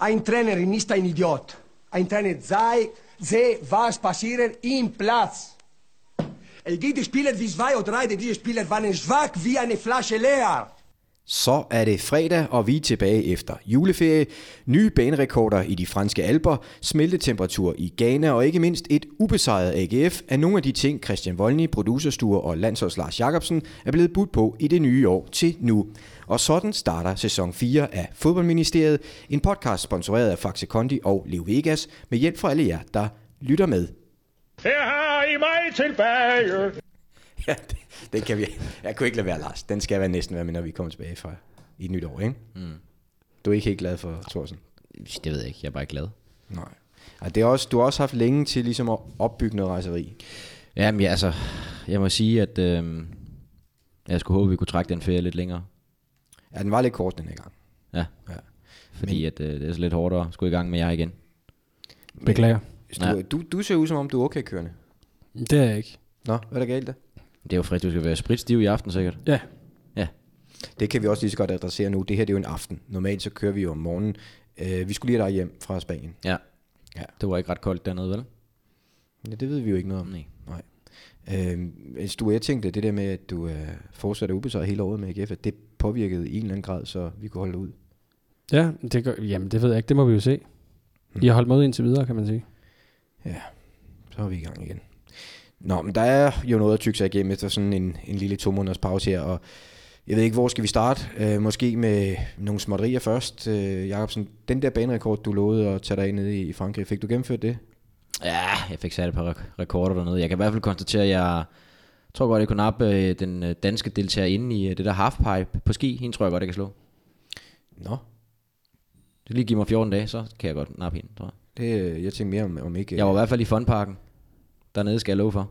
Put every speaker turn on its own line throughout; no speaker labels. Ein Trainerin ist ein Idiot. Ein Trainer sei, sehe, was passiert im Platz. Es gibt Spieler wie zwei oder drei, die diese Spieler waren schwach wie eine Flasche leer.
Så er det fredag, og vi er tilbage efter juleferie. Nye banerekorder i de franske alper, smeltetemperatur i Ghana og ikke mindst et ubesejret AGF er nogle af de ting, Christian Volny, producerstuer og landsholds Lars Jacobsen er blevet budt på i det nye år til nu. Og sådan starter sæson 4 af Fodboldministeriet, en podcast sponsoreret af Faxe Kondi og Leo Vegas med hjælp fra alle jer, der lytter med.
Her har I mig tilbage.
Ja, det, den kan vi. Jeg kunne ikke lade være, Lars. Den skal være næsten være med, når vi kommer tilbage fra i et nyt år, ikke? Mm. Du er ikke helt glad for Thorsen?
Det ved jeg ikke, jeg er bare glad.
Nej. Og det er også, du har også haft længe til ligesom at opbygge noget rejseri.
Jamen ja, altså, jeg må sige, at øh, jeg skulle håbe, vi kunne trække den ferie lidt længere.
Ja, den var lidt kort den her gang.
Ja,
Ja.
fordi Men... at, øh, det er så lidt hårdere at skulle i gang med jer igen.
Beklager.
Så Du, du, du ser ud som om, du er okay kørende.
Det er jeg ikke.
Nå, hvad er der galt der?
Det er jo frisk, du skal være spritstiv i aften sikkert.
Ja.
Ja,
Det kan vi også lige så godt adressere nu. Det her det er jo en aften. Normalt så kører vi jo om morgenen. Øh, vi skulle lige have dig hjem fra Spanien.
ja.
Ja.
Det var ikke ret koldt dernede, vel?
Ja, det ved vi jo ikke noget om.
Nej.
Nej. Øh, du, jeg tænkte, det der med, at du øh, fortsatte ubesejret hele året med AGF, at det påvirkede i en eller anden grad, så vi kunne holde dig ud.
Ja, det gør, jamen det ved jeg ikke. Det må vi jo se. I har holdt med indtil videre, kan man sige.
Ja, så er vi i gang igen. Nå, men der er jo noget at tykke sig igennem efter sådan en, en lille to måneders pause her, og jeg ved ikke, hvor skal vi starte? Øh, måske med nogle småtterier først. Øh, Jacobsen, den der banerekord, du lovede at tage dig af nede i, i Frankrig, fik du gennemført det?
Ja, jeg fik sat et par rek- rekorder dernede. Jeg kan i hvert fald konstatere, at jeg tror godt, jeg kunne nappe øh, den øh, danske deltager inde i øh, det der halfpipe på ski. Hende tror jeg godt, jeg kan slå.
Nå,
Det lige give mig 14 dage, så kan jeg godt nappe hende, tror jeg.
det, øh, jeg tænkte mere om, om ikke...
Jeg var i hvert fald i funparken. Dernede skal jeg love for,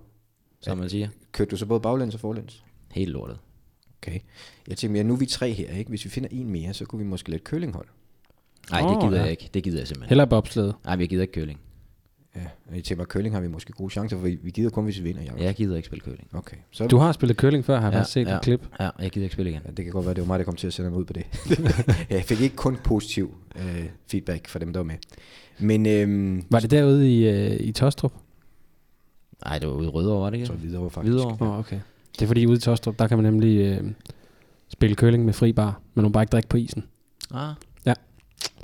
som man siger.
øh, Kørte du så både baglæns og forlæns?
Helt lortet.
Okay. Jeg tænkte mere, nu er vi tre her, ikke? Hvis vi finder en mere, så kunne vi måske lidt kølinghold.
Nej, det
Åh,
gider
ja.
jeg ikke. Det gider jeg simpelthen.
Heller bobslede.
Nej, jeg gider ikke køling.
Ja, og jeg tænker mig, køling har vi måske gode chancer, for vi, vi gider kun, hvis vi vinder, Jacob.
Jeg gider ikke spille køling.
Okay, så
Du har spillet curling før, har jeg ja, set
ja,
ja. et klip.
Ja, jeg gider ikke spille igen.
Ja, det kan godt være, det var mig, der kom til at sende mig ud på det. jeg fik ikke kun positiv øh, feedback fra dem, der var med. Men øhm,
Var det derude i, øh, i Tostrup?
Nej, det var ude i Rødovre, var det
jeg tror
ikke?
videre var faktisk.
Hvidovre.
Åh, oh, okay. Det er fordi ude i Tostrup, der kan man nemlig øh, spille curling med fri bar, men hun bare ikke drikke på isen.
Ah,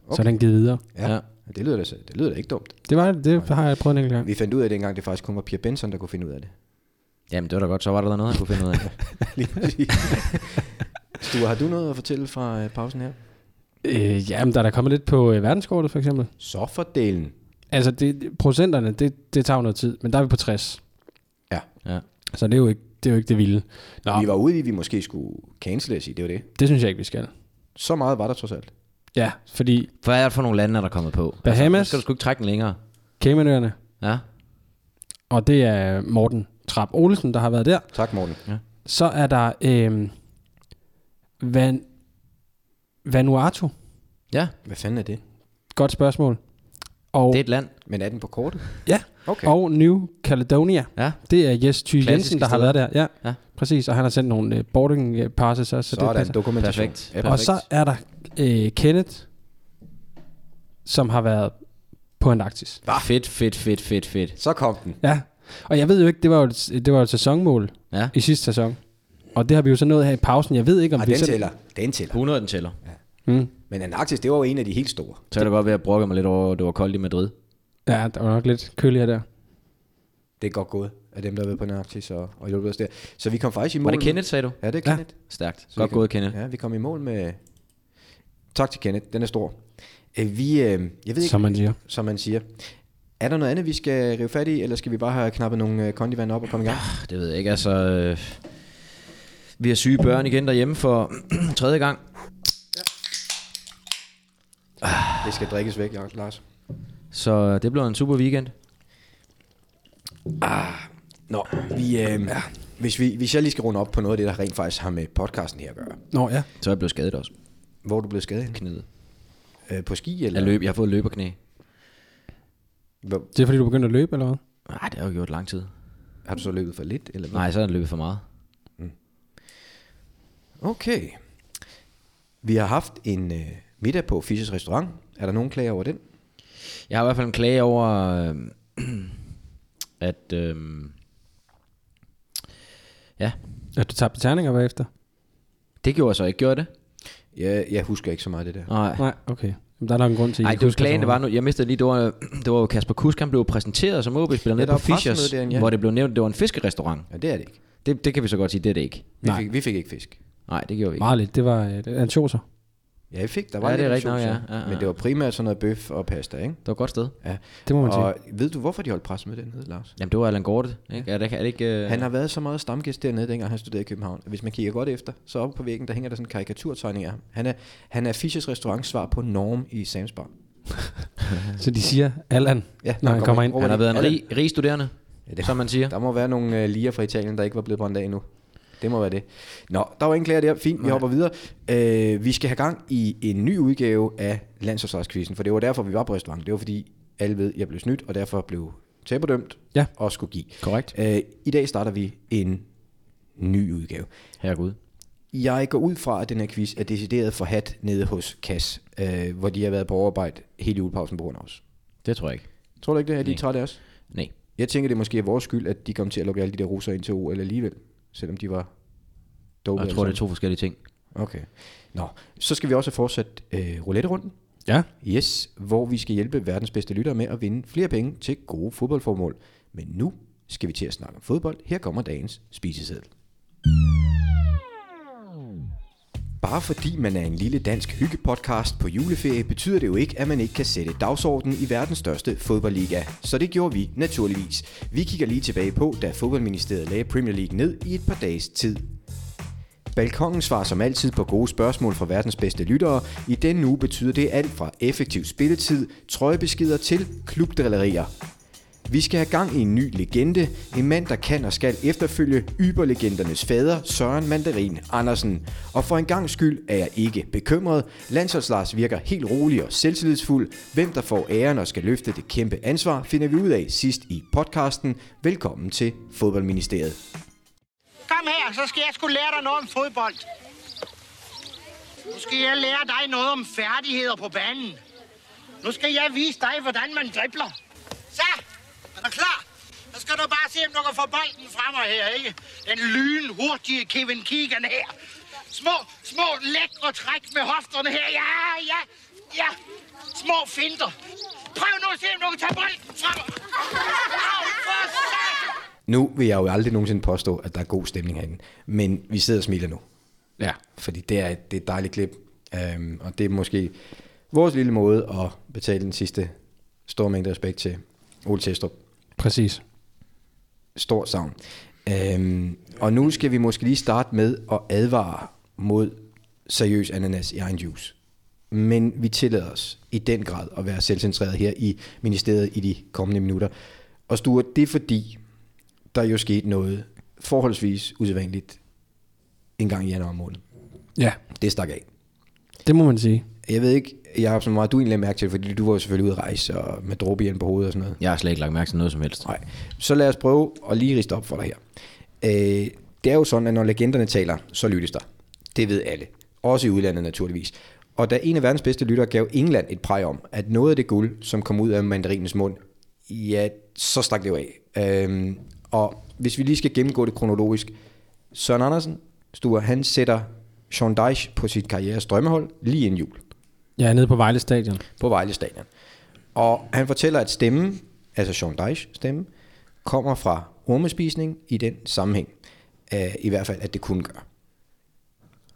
Okay. Så er den givet videre.
Ja,
Ja.
ja. Det, lyder da, så- det lyder da ikke dumt.
Det, var, det har jeg prøvet en enkelt gang.
Vi fandt ud af dengang, det faktisk kun var Pia Benson, der kunne finde ud af det.
jamen det var da godt. Så var der da noget, jeg kunne finde ud af.
Lige præcis. Sture, har du noget at fortælle fra øh, pausen her?
Øh, jamen, der er der kommet lidt på øh, verdenskortet, for eksempel.
Så fordelen.
Altså, det, procenterne, det, det tager jo noget tid, men der er vi på 60.
Ja.
Ja.
Så det er jo ikke det, er jo ikke det vilde. Nå,
Vi var ude i, at vi måske skulle cancele os i, det var det.
det synes jeg ikke, vi skal.
Så meget var der trods alt.
Ja, fordi
Hvad er det for nogle lande, er der kommet på? Altså,
Bahamas.
nu skal du sgu ikke trække den længere.
Caymanøerne,
Ja.
og det er Morten Trap Olsen, der har været der.
Tak, Morten.
Så er der øh, Van, Vanuatu.
Ja,
Hvad fanden er det?
Godt spørgsmål. Og,
det er et land.
Men er den på kortet?
ja,
Okay.
og New Caledonia.
Ja.
Det er Jes Thy Jensen,
Klassiske
der har
steder.
været der. Ja,
Ja.
præcis. Og han har sendt nogle øh, boarding øh, passes også. Så det
Sådan,
passer.
dokumentation.
Perfekt.
Ja,
og så er der øh, Kenneth, som har været på Antarktis.
Fedt, fedt, fedt, fedt, fedt.
Så kom den.
Ja, og jeg ved jo ikke, det var jo et, det var jo et sæsonmål
Ja.
i sidste sæson. Og det har vi jo så nået her i pausen. Jeg ved ikke, om
Ah,
vi
den
selv-
tæller. Den tæller.
100 den tæller.
Mm.
Men Antarktis, det var jo en af de helt store.
Så kan det godt være, at jeg brokker mig lidt over, at det var koldt i Madrid.
Ja, der var nok lidt køligere der.
Det er godt gået af dem, der har været på Antarktis og, og hjulpet os der. Så vi kom faktisk i mål.
Var det
med-
Kenneth, sagde du?
Ja, det er Kenneth. Ja.
Stærkt. Godt gået, Kenneth.
Ja, vi kom i mål med... Tak til Kenneth, den er stor. Øh, Vi, øh, jeg ved ikke,
Som man siger.
Som man siger. Er der noget andet, vi skal rive fat i, eller skal vi bare have knappet nogle øh, kondivand op og komme i gang?
Det ved jeg ikke, altså... Øh, vi har syge børn igen derhjemme for tredje gang.
Det skal drikkes væk, Jacob- Lars.
Så det blev en super weekend.
Nå, vi, øh, hvis, vi, hvis jeg lige skal runde op på noget af det, der rent faktisk har med podcasten her at gøre.
Nå ja.
Så er jeg blevet skadet også.
Hvor er du blevet skadet? henne?
Knæet.
Øh, på ski, eller?
Jeg, løb, jeg har fået løberknæ.
Hvor-
Det er fordi, du begyndte at løbe, eller hvad?
Nej, Ah, det har jeg jo gjort lang tid.
Har du så løbet for lidt? Eller hvad?
Nej, så er det løbet for meget.
Okay. Vi har haft en øh, Middag på Fischers Restaurant. Er der nogen klager over den?
Jeg har i hvert fald en klage over, øh, at... Øh, ja,
At du tabte terninger bagefter?
det gjorde jeg så ikke. Gjorde jeg det?
Jeg, jeg husker ikke så meget af det der.
Nej.
Nej, okay. Jamen, der er nok en grund til, at I
Nej,
ikke
det var
husker så
klagen, det var
meget.
nu. Jeg mistede lige, det var, det var jo Kasper Kusk, han blev præsenteret som OB-spiller
der
nede på
var pressemøde
Fischers,
derinde, ja.
hvor det blev nævnt, at det var en fiskerestaurant.
Ja, det er det ikke.
Det, det kan vi så godt sige, det er det ikke.
Vi,
Nej.
fik, vi fik ikke fisk.
Nej, det gjorde vi ikke.
Meget lidt. Det var øh, ansjoser.
Ja, jeg fik. Der var
Ja,
lidt
det er rigtigt nok,
ansjoser,
ja. Ja, ja.
Men det var primært sådan noget bøf og pasta, ikke?
Det var et godt sted.
Ja.
Det må man
og ved du, hvorfor de holdt pressemøde dernede, Lars?
Jamen, det var Allan Gorte. Ikke? Er det, er det ikke, øh,
Han har været så meget stamgæst dernede, dengang han studerede i København. Hvis man kigger godt efter, så oppe på væggen, der hænger der sådan en karikaturtegning af ham. Han er, han er Fischers restaurants svar på Norm i Sam's Bar.
Så de siger, Allan,
Ja,
når han kommer ind.
Robert
han har været en
Allan.
rig, rig studerende,
Ja,
ja,
det-
det, som man siger.
Der må være nogle øh, liger fra Italien, der ikke var blevet brændt af endnu. Det må være det. Nå, der var ingen klager der. Fint, vi hopper videre. Øh, vi skal have gang i en ny udgave af Landsforsvarskvisten, for det var derfor, vi var på restaurant. Det var fordi, alle ved, jeg blev snydt, og derfor blev taberdømt
Ja.
og skulle give.
Korrekt.
Øh, I dag starter vi en ny udgave.
Herregud.
Jeg går ud fra, at den her quiz er decideret forhat nede hos Kas, øh, hvor de har været på overarbejde hele julepausen på grund af os.
Det tror jeg ikke.
Tror du ikke det? Er de
Nej.
trætte af os?
Nej.
Jeg tænker, det måske er vores skyld, at de kom til at lukke alle de der russer ind til OL alligevel, selvom de var dope.
Jeg
alle
tror, det
sammen.
er to forskellige ting.
Okay. Nå, så skal vi også have fortsat øh, roulette-runden.
Ja.
Yes, hvor vi skal hjælpe verdens bedste lyttere med at vinde flere penge til gode fodboldformål. Men nu skal vi til at snakke om fodbold. Her kommer dagens spiseseddel. Bare fordi man er en lille dansk hyggepodcast på juleferie, betyder det jo ikke, at man ikke kan sætte dagsordenen i verdens største fodboldliga. Så det gjorde vi naturligvis. Vi kigger lige tilbage på, da fodboldministeriet lagde Premier League ned i et par dages tid. Balkongen svarer som altid på gode spørgsmål fra verdens bedste lyttere. I denne uge betyder det alt fra effektiv spilletid, trøjebeskeder til klubdrillerier. Vi skal have gang i en ny legende. En mand, der kan og skal efterfølge yberlegendernes fader, Søren Mandarin Andersen. Og for en gang skyld er jeg ikke bekymret. Landsholds Lars virker helt rolig og selvtillidsfuld. Hvem der får æren og skal løfte det kæmpe ansvar, finder vi ud af sidst i podcasten. Velkommen til Fodboldministeriet.
Kom her, så skal jeg skulle lære dig noget om fodbold. Nu skal jeg lære dig noget om færdigheder på banen. Nu skal jeg vise dig, hvordan man dribler. Så, er du klar? Så skal du bare se, om du kan få bolden fra mig her, ikke? Den lynhurtige Kevin Keegan her. Små, små lækre træk med hofterne her. Ja, ja, ja. Små finter. Prøv nu at se, om du kan tage bolden fra mig. Au, for satan!
Nu vil jeg jo aldrig nogensinde påstå, at der er god stemning herinde, men vi sidder og smiler nu,
Ja.
fordi det er, det er et dejligt klip, øhm, og det er måske vores lille måde at betale den sidste store mængde respekt til Ole Testrup.
Præcis.
Stor savn. Øhm, og nu skal vi måske lige starte med at advare mod seriøs ananas i egen juice. Men vi tillader os i den grad at være selvcentreret her i ministeriet i de kommende minutter. Og Sture, det er fordi, der jo skete noget forholdsvis usædvanligt en gang i januar måned.
Ja,
Det stak af.
det må man sige.
Jeg ved ikke, Jacob, så meget du egentlig lagde mærke til, fordi du var jo selvfølgelig ude at rejse og med dråbehjelm på hovedet og sådan noget.
Jeg har slet ikke lagt mærke til noget som helst.
Nej. Så lad os prøve at lige riste op for dig her. Øh, det er jo sådan, at når legenderne taler, så lyttes der. Det ved alle. Også i udlandet naturligvis. Og da en af verdens bedste lyttere gav England et præg om, at noget af det guld, som kom ud af mandarinens mund, ja, så stak det jo af. Øhm, og hvis vi lige skal gennemgå det kronologisk. Søren Andersen, Sture, han sætter Sean Dyche på sit karrieres drømmehold lige inden jul
Jeg er nede på Vejle Stadion.
på Vejle Stadion. Og han fortæller, at stemmen, altså Sean Dyche stemme, kommer fra ormespisning i den sammenhæng. Uh, I hvert fald, at det kunne gøre.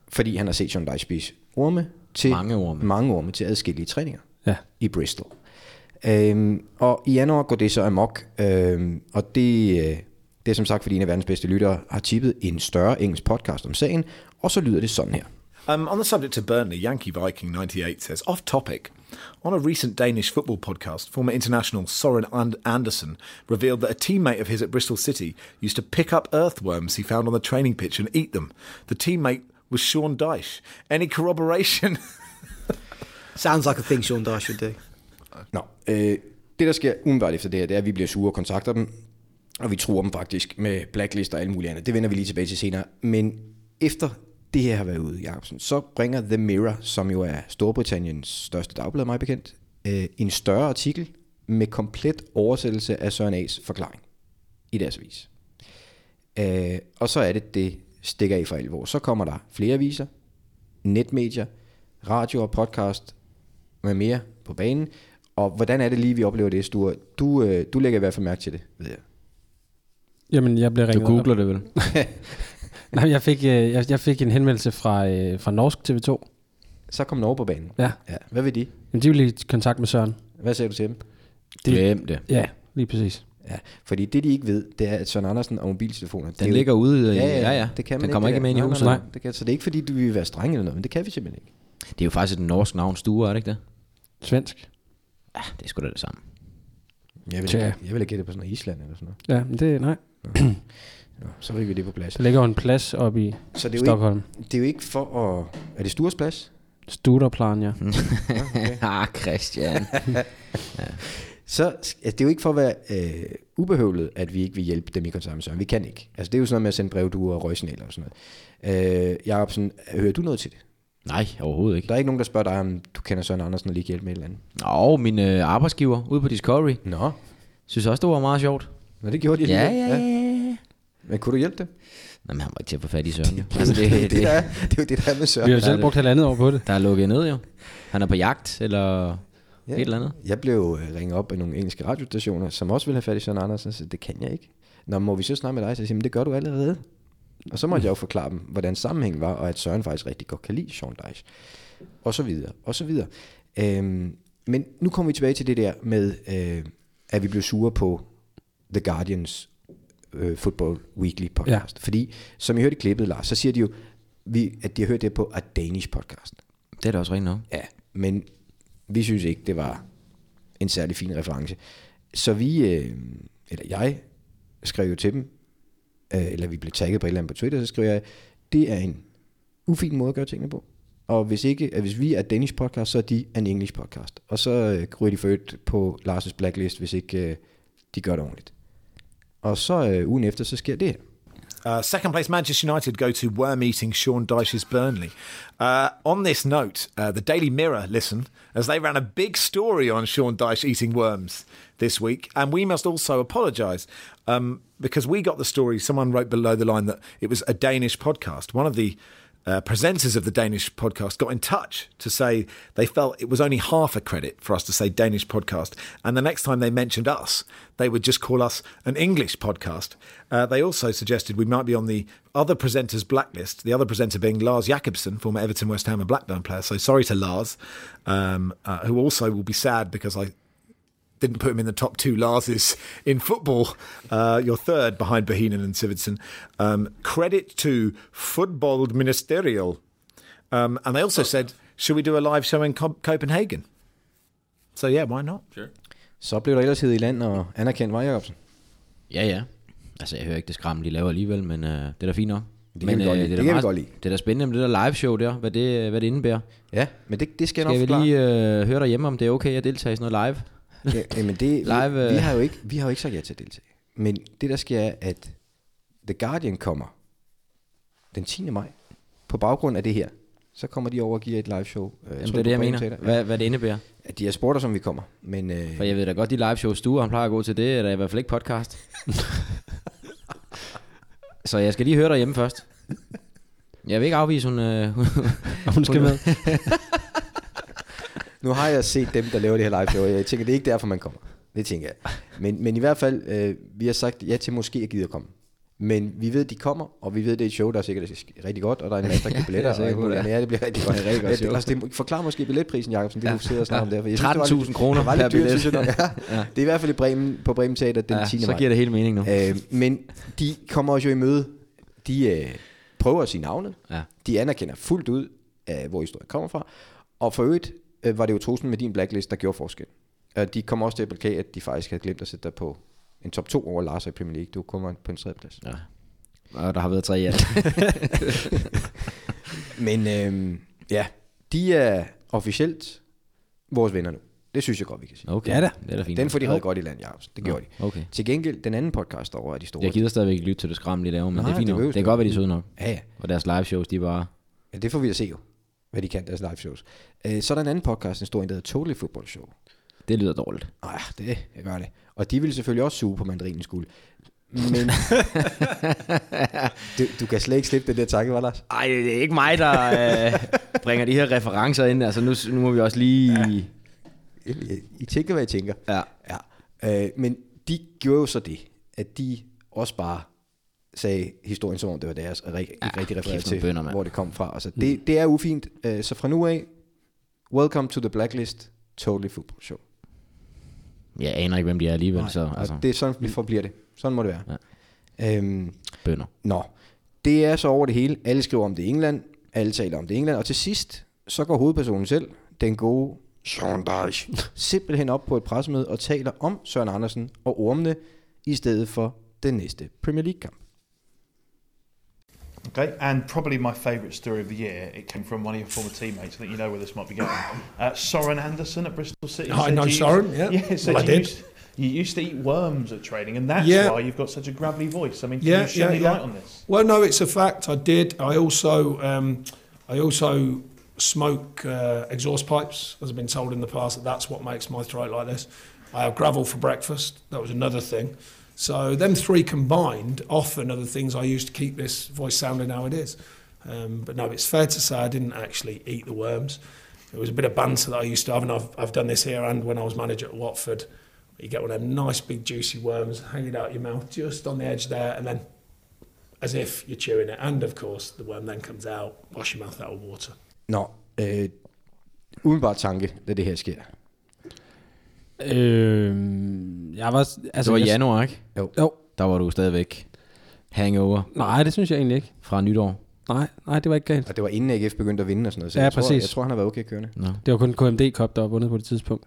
Fordi han har set Sean Dyche spise orme til,
Mange orme.
mange orme til adskillige træninger
Ja.
i Bristol. Øhm, og i januar går det så amok, øhm, og det, øh, det er som sagt, fordi en af verdens bedste lyttere har tippet en større engelsk podcast om sagen, og så lyder det sådan her.
Um, on the subject of Burnley, Yankee Viking 98 says, off topic. On a recent Danish football podcast, former international Soren and- Andersen revealed that a teammate of his at Bristol City used to pick up earthworms he found on the training pitch and eat them. The teammate was Sean Dyche. Any corroboration?
Sounds like a thing Sean Dyche would do.
Nå, øh, det der sker umiddelbart efter det her, det er, at vi bliver sure og kontakter dem, og vi truer dem faktisk med blacklist og alt muligt andet. Det vender vi lige tilbage til senere. Men efter det her har været ude, Jacobsen, så bringer The Mirror, som jo er Storbritanniens største dagblad, meget bekendt, øh, en større artikel med komplet oversættelse af Søren A's forklaring i deres avis. Øh, og så er det, det stikker af for alvor. Så kommer der flere aviser, netmedier, radio og podcast med mere på banen. Og hvordan er det lige, vi oplever det, Sture? Du, øh, du lægger i hvert fald mærke til det, ved jeg.
Jamen, jeg blev
Du
ringet
googler det vel?
Op. Nej, jeg fik, øh, jeg, jeg fik en henvendelse fra, øh, fra Norsk TV2.
Så kom Norge på banen.
Ja.
ja. Hvad vil de?
Jamen, de ville i kontakt med Søren.
Hvad sagde du til dem?
Det-
Glem det.
Ja, lige præcis.
Ja, fordi det de ikke ved, det er, at Søren Andersen og mobiltelefoner... det er
Den
jo-
ligger ude. øh,
Ja, ja,
ja, ja.
Det kan man
den kommer ikke
det
med ind i
der.
huset.
Nej, nej, nej. Det kan, så det er ikke fordi, du vil være streng eller noget, men det kan vi simpelthen ikke.
Det er jo faktisk et norsk navn, Sture, er det ikke det?
Svensk.
Ja, det er sgu da det samme.
Jeg vil,
Tja.
ikke, jeg vil ikke gætte på sådan noget Island eller sådan noget.
Ja, men det, nej.
Nå, så fik vi det på plads.
Der ligger jo en plads oppe i
Så det er jo,
Stockholm.
ikke, det er jo ikke for at... Er det Stures plads?
Studerplan, ja.
Mm. ah, Christian.
Så altså, det er jo ikke for at være øh, ubehøvlet, at vi ikke vil hjælpe dem i kontakt med Søren. Vi kan ikke. Altså det er jo sådan noget med at sende brevduer og røgsignaler og sådan noget. Øh, Jacobsen, hører du noget til det?
nej, overhovedet ikke.
Der er ikke nogen, der spørger dig, om du kender Søren Andersen og lige kan hjælpe med et eller andet.
Nå, min øh, arbejdsgiver ude på Discovery,
Nå,
synes også, det var meget sjovt.
Nå det gjorde de
Ja,
alligevel.
ja, ja.
Men kunne du hjælpe det?
Nå, men han var ikke til at få fat i Søren. jo. altså,
Altså, det, det, det,
det,
er, det er jo det, der er med Søren.
Vi har jo selv brugt halvandet år på det.
der er lukket ned jo. Han er på jagt, eller
Ja.
ja. et eller andet.
Jeg blev øh, ringet op af nogle engelske radiostationer, som også ville have fat i Søren Andersen, så det kan jeg ikke. Nå, må vi så snakke med dig? Så jeg siger, "Men det gør du allerede. Og så måtte jeg jo forklare dem, hvordan sammenhængen var, og at Søren faktisk rigtig godt kan lide Sean Dyche. Og så videre, og så videre. Øhm, men nu kommer vi tilbage til det der med, øh, at vi blev sure på The Guardians øh, Football Weekly podcast. Ja. Fordi, som I hørte i klippet, Lars, så siger de jo, vi, at de har hørt det på A Danish podcast.
Det er da også rigtigt nok.
Ja, men vi synes ikke, det var en særlig fin reference. Så vi, øh, eller jeg, skrev jo til dem, øh, eller vi blev tagget på et eller andet på Twitter, så skrev jeg, det er en ufin måde at gøre tingene på. Og hvis, ikke, at hvis vi er Danish podcast, så er de en English podcast. Og så øh, ryger de født på Lars' blacklist, hvis ikke øh, de gør det ordentligt. Og så øh, ugen efter, så sker det her.
Uh, second place, Manchester United go to worm eating Sean Dyche's Burnley. Uh, on this note, uh, the Daily Mirror listen as they ran a big story on Sean Dyche eating worms this week, and we must also apologise um, because we got the story. Someone wrote below the line that it was a Danish podcast. One of the uh, presenters of the Danish podcast got in touch to say they felt it was only half a credit for us to say Danish podcast. And the next time they mentioned us, they would just call us an English podcast. Uh, they also suggested we might be on the other presenter's blacklist, the other presenter being Lars Jakobsen, former Everton, West Ham, and Blackburn player. So sorry to Lars, um, uh, who also will be sad because I didn't put him in the top two Larses in football. Uh, you're third behind Bohinen and Sivertsen. Um, credit to Football Ministerial. Um, and they also said, should we do a live show in Co- Copenhagen? So, yeah, why not?
Så blev der ellers hed i land og anerkendt, var Jacobsen?
Ja, ja. Altså, jeg hører ikke det skræmme, de laver alligevel, men øh, det er da fint nok.
kan
men, øh,
vi godt lide.
det, er
Det
da
kan vi
meget-
godt lide.
Det er da spændende med det der live show der, hvad det, hvad det indebærer.
Ja, men det, det skal jeg nok
Skal vi
forklare.
lige øh, høre derhjemme, om det er okay at deltage i sådan noget live?
Ja, jamen det,
Live,
vi,
øh.
vi, har jo ikke, vi har jo ikke sagt ja til at deltage. Men det der sker er, at The Guardian kommer den 10. maj. På baggrund af det her, så kommer de over og giver et live show. øh,
Jamen, det er det, jeg mener. Hvad, hvad det indebærer.
Ja, de har spurgt os, om vi kommer. Men øh,
For jeg ved da godt, de live shows Stue, han plejer at gå til det, eller i hvert fald ikke podcast. så jeg skal lige høre derhjemme først. Jeg vil ikke afvise, hun... Øh,
Og hun skal med.
nu har jeg set dem, der laver det her live show. Jeg tænker, det er ikke derfor, man kommer. Det tænker jeg. Men, men i hvert fald, øh, vi har sagt ja til måske at give at komme. Men vi ved, de kommer, og vi ved, det er et show, der sikkert er rigtig godt, og der er en masse, der kan billetter.
jeg er
og
sikker på,
alt
det
muligt.
er.
ja, det bliver rigtig godt.
Det er et rigtig godt
Ja,
show.
altså, det, forklar måske billetprisen, Jacobsen, det ja. du sidder og snakker om der. for jeg synes, det var lidt-
13.000 kroner
det var lidt
per
dyrt,
billet.
synes jeg nok. ja. Det er i hvert fald i Bremen, på Bremen Teater den
ja,
10.
så
maj.
giver det hele mening nu.
Øh, men de kommer os jo i møde. De øh, prøver at sige navnet.
Ja.
De anerkender fuldt ud, øh, hvor historien kommer fra. Og for øvrigt øh, var det jo truslen med din blacklist, der gjorde forskel. Og de kommer også til at blokere, at de faktisk havde glemt at sætte dig på en top 2 over Lars i Premier League. Du kommer på en tredje plads.
Ja. Og der har været tre i alt.
Men øh, ja, de er officielt vores venner nu. Det synes jeg godt, vi kan sige.
Okay,
Ja da.
det er da fint.
Den får de reddet godt i land, Jacobsen. Det gjorde de.
Okay.
Til gengæld, den anden podcast derovre er de store.
Jeg gider stadigvæk ikke lytte til det skræmmende, de laver, men
Nej,
det er fint
det
nok.
behøves
Det kan
du
godt være, de er søde nok.
Ja, ja.
Og deres live shows, de er bare
Ja, det får vi at se jo, hvad de kan deres live shows. Øh, så er der en anden podcast, en stor en, der hedder Totally Football Show.
Det lyder dårligt.
Ah, det gør det. Og de vil selvfølgelig også suge på mandarinens guld. Men du, du kan slet ikke slippe den der tanke, var Lars?
Ej, det er ikke mig, der øh, bringer de her referencer ind. Altså, nu, nu må vi også lige...
I, I tænker, hvad I tænker.
Ja.
Ja. Øh, men de gjorde jo så det, at de også bare sagde historien som om det var deres, og ikke ja, rigtig refererede
kæft, nogle
til,
bønder, mand. Mm.
hvor det kom fra. Altså, det, det er ufint. Øh, så fra nu af, welcome to the blacklist, totally football show.
Jeg aner ikke, hvem de er alligevel,
Nej,
så altså,
og det er sådan, vi forbliver det. Sådan må det være. Ja. Øhm,
bønder.
Nå, det er så over det hele. Alle skriver om det i England, alle taler om det i England, og til sidst, så går hovedpersonen selv, den gode Søren Deich, simpelthen op på et pressemøde og taler om Søren Andersen og ormene, i stedet for den næste Premier League-kamp.
Okay, and probably my favourite story of the year, it came from one of your former teammates. I think you know where this might be going. Uh, Soren Anderson at Bristol City.
Oh, I
said
know
you
Soren,
used-
yeah.
Yeah, said
Well, I
you,
did.
Used, you used to eat worms at training, and that's
Yeah.
why you've got such a gravelly voice. I mean, can
Yeah,
you shed
yeah,
any
yeah.
light on this?
Well, no, it's a fact. I did. I also, um, I also smoke uh, exhaust pipes. As I've been told in the past, that that's what makes my throat like this. I have gravel for breakfast. That was another thing. So them three combined often are the things I use to keep this voice sounding how it is. Um, but no, it's fair to say I didn't actually eat the worms. It was a bit of banter that I used to have, and I've, I've done this here and when I was manager at Watford. You get one of them nice big juicy worms hanging out your mouth just on the edge there, and then as if you're chewing it. And of course, the worm then comes out, wash your mouth out with water.
Nå, øh, udenbart tanke, da det her sker.
Øh, jeg var,
Altså,
altså,
det var i
jeg,
januar, ikke?
Jo.
Jo.
Der var du stadigvæk hangover
Nej, det synes jeg egentlig ikke.
fra nytår.
Nej, nej, det var ikke galt.
Og det var inden AGF begyndte at vinde og sådan noget, så
Ja,
jeg, tror,
præcis.
jeg tror, han har været okay kørende.
Det var kun KMD Cup, der var vundet på det tidspunkt.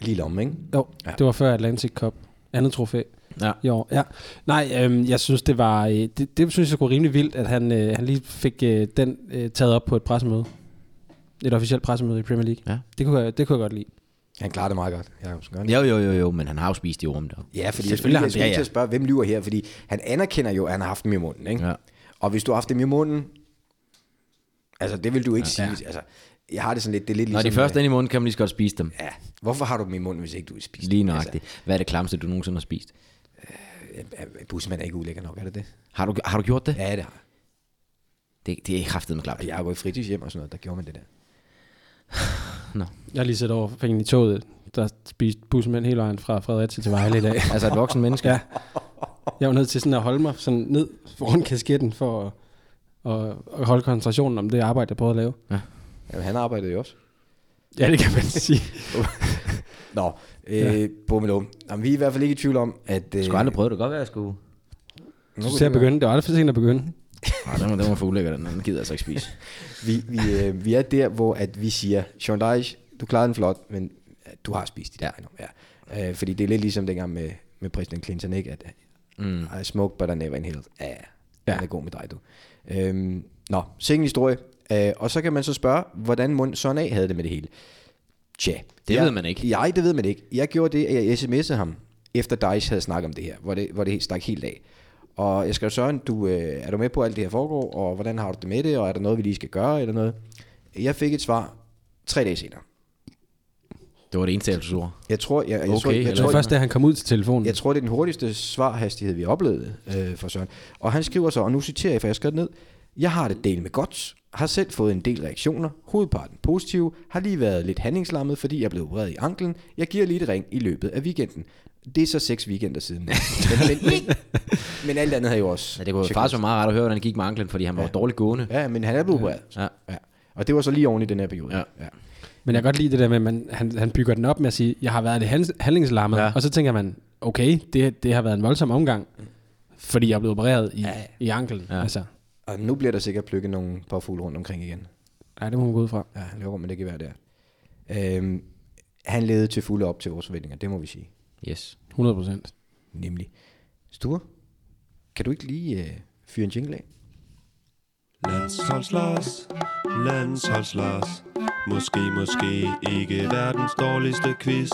Lige lomme, ikke?
Jo,
Ja.
ja. det var før Atlantic Cup. Andet trofæ.
Ja.
Jo, ja. Nej, øhm, jeg synes, det var... Øh, det, det synes jeg var rimelig vildt, at han, øh, han lige fik øh, den øh, taget op på et pressemøde. Et officielt pressemøde i Premier League.
Ja.
Det kunne jeg, det kunne jeg godt lide.
Han klarer det meget godt, Jacobsen. Gør han ikke?
Jo, jo, jo, jo, men han har jo spist i rum der.
Ja, fordi jeg skulle
Selvfølgelig
jeg
har han-
skulle
ja,
til
ja.
at spørge, hvem lyver her? Fordi han anerkender jo, at han har haft dem i munden, ikke?
Ja.
Og hvis du har haft dem i munden, altså det vil du ikke ja, sige. Ja. Altså, jeg har det sådan lidt, det er lidt
Når
ligesom... øh,
de første er inde i munden, kan man lige så godt spise dem.
Ja, hvorfor har du dem i munden, hvis ikke du vil spise
Lige
dem?
nøjagtigt. Hvad er det klamste, du nogensinde har spist?
Altså, er- er bussemand er ikke ulækker nok, er det det?
Har du, har du gjort det?
Ja, det har jeg.
Det, det er kraftet med klap.
Og jeg har gået i fritidshjem og sådan noget, der gjorde man det der.
Jeg har lige sætter over fingeren i toget, der spiste bussemænd hele vejen fra Fredericia til Vejle i dag.
Altså et voksen menneske.
ja. Jeg var nødt til sådan at holde mig sådan ned foran kasketten for at, at, at holde koncentrationen om det arbejde, jeg prøvede at lave.
Jamen, han arbejdede jo også.
Ja, det kan man sige.
Nå, øh, ja. bummelum. Jamen, vi er i hvert fald ikke i tvivl om, at... Øh,
Jeg skulle aldrig prøve det. Det kan godt være, jeg skulle.
nu kan
Du ser at
det være-
begynde. Det var aldrig for sent at begynde.
Ej, den var, den var for ulækker, den, den gider jeg altså ikke spise.
Vi, vi, øh, vi er der, hvor at vi siger, Sean Dyche, du klarede den flot, men ja, du har spist dit ja. ejendom. Ja. Øh, fordi det er lidt ligesom dengang med, med præsident Clinton, ikke? At, mm. I smoked, but I never inhaled. Ja, ja. ja. Den er god med dig, du. Øhm, nå, sikken historie. Øh, og så kan man så spørge, hvordan mund Søren A. havde det med det hele. Tja.
Det
jeg,
ved man ikke.
Nej, det ved man ikke. Jeg gjorde det, at jeg sms'ede ham, efter Dice havde snakket om det her, hvor det, hvor det stak helt af. Og jeg skrev, Søren, du, øh, er du med på, at alt det her foregår, og hvordan har du det med det, og er der noget, vi lige skal gøre, eller noget? Jeg fik et svar tre dage senere.
Det var det eneste, jeg altså gjorde.
Jeg tror, jeg, jeg,
Okay,
tror, jeg,
eller
Det
tror,
var først, da han kom ud til telefonen.
jeg tror, det er den hurtigste svarhastighed, vi har oplevet øh, for Søren. Og han skriver så, og nu citerer jeg, for jeg skrev det ned. Jeg har det del med godt, har selv fået en del reaktioner, hovedparten positive, har lige været lidt handlingslammet, fordi jeg blev opereret i anklen. Jeg giver lige et ring i løbet af weekenden. Det er så seks weekender siden. Men, men, men, men alt andet har jo også...
Ja, det kunne faktisk være meget rart at høre, hvordan det gik med anklen, fordi han var ja. dårligt gående.
Ja, men han er blevet opereret.
Ja.
ja. Og det var så lige oven i den her periode.
Ja.
ja.
Men jeg kan godt lide det der med, at man, han, han bygger den op med at sige, jeg har været lidt hans- handlingslammet.
Ja.
Ja. Og så tænker man, okay, det, det har været en voldsom omgang, fordi jeg er blevet opereret i, ja. i anklen. Ja. Altså,
Og nu bliver der sikkert plukket nogle påfugle rundt omkring igen.
nej, det må man gå ud fra.
Ja, han løber rundt med det gevær der. Øhm, han levede til fulde op til vores forventninger, det må vi sige.
Yes.
100 procent.
Nemlig. Sture, kan du ikke lige øh, fyre en jingle af?
Landsholdslars, landsholdslars. Måske, måske ikke verdens dårligste quiz.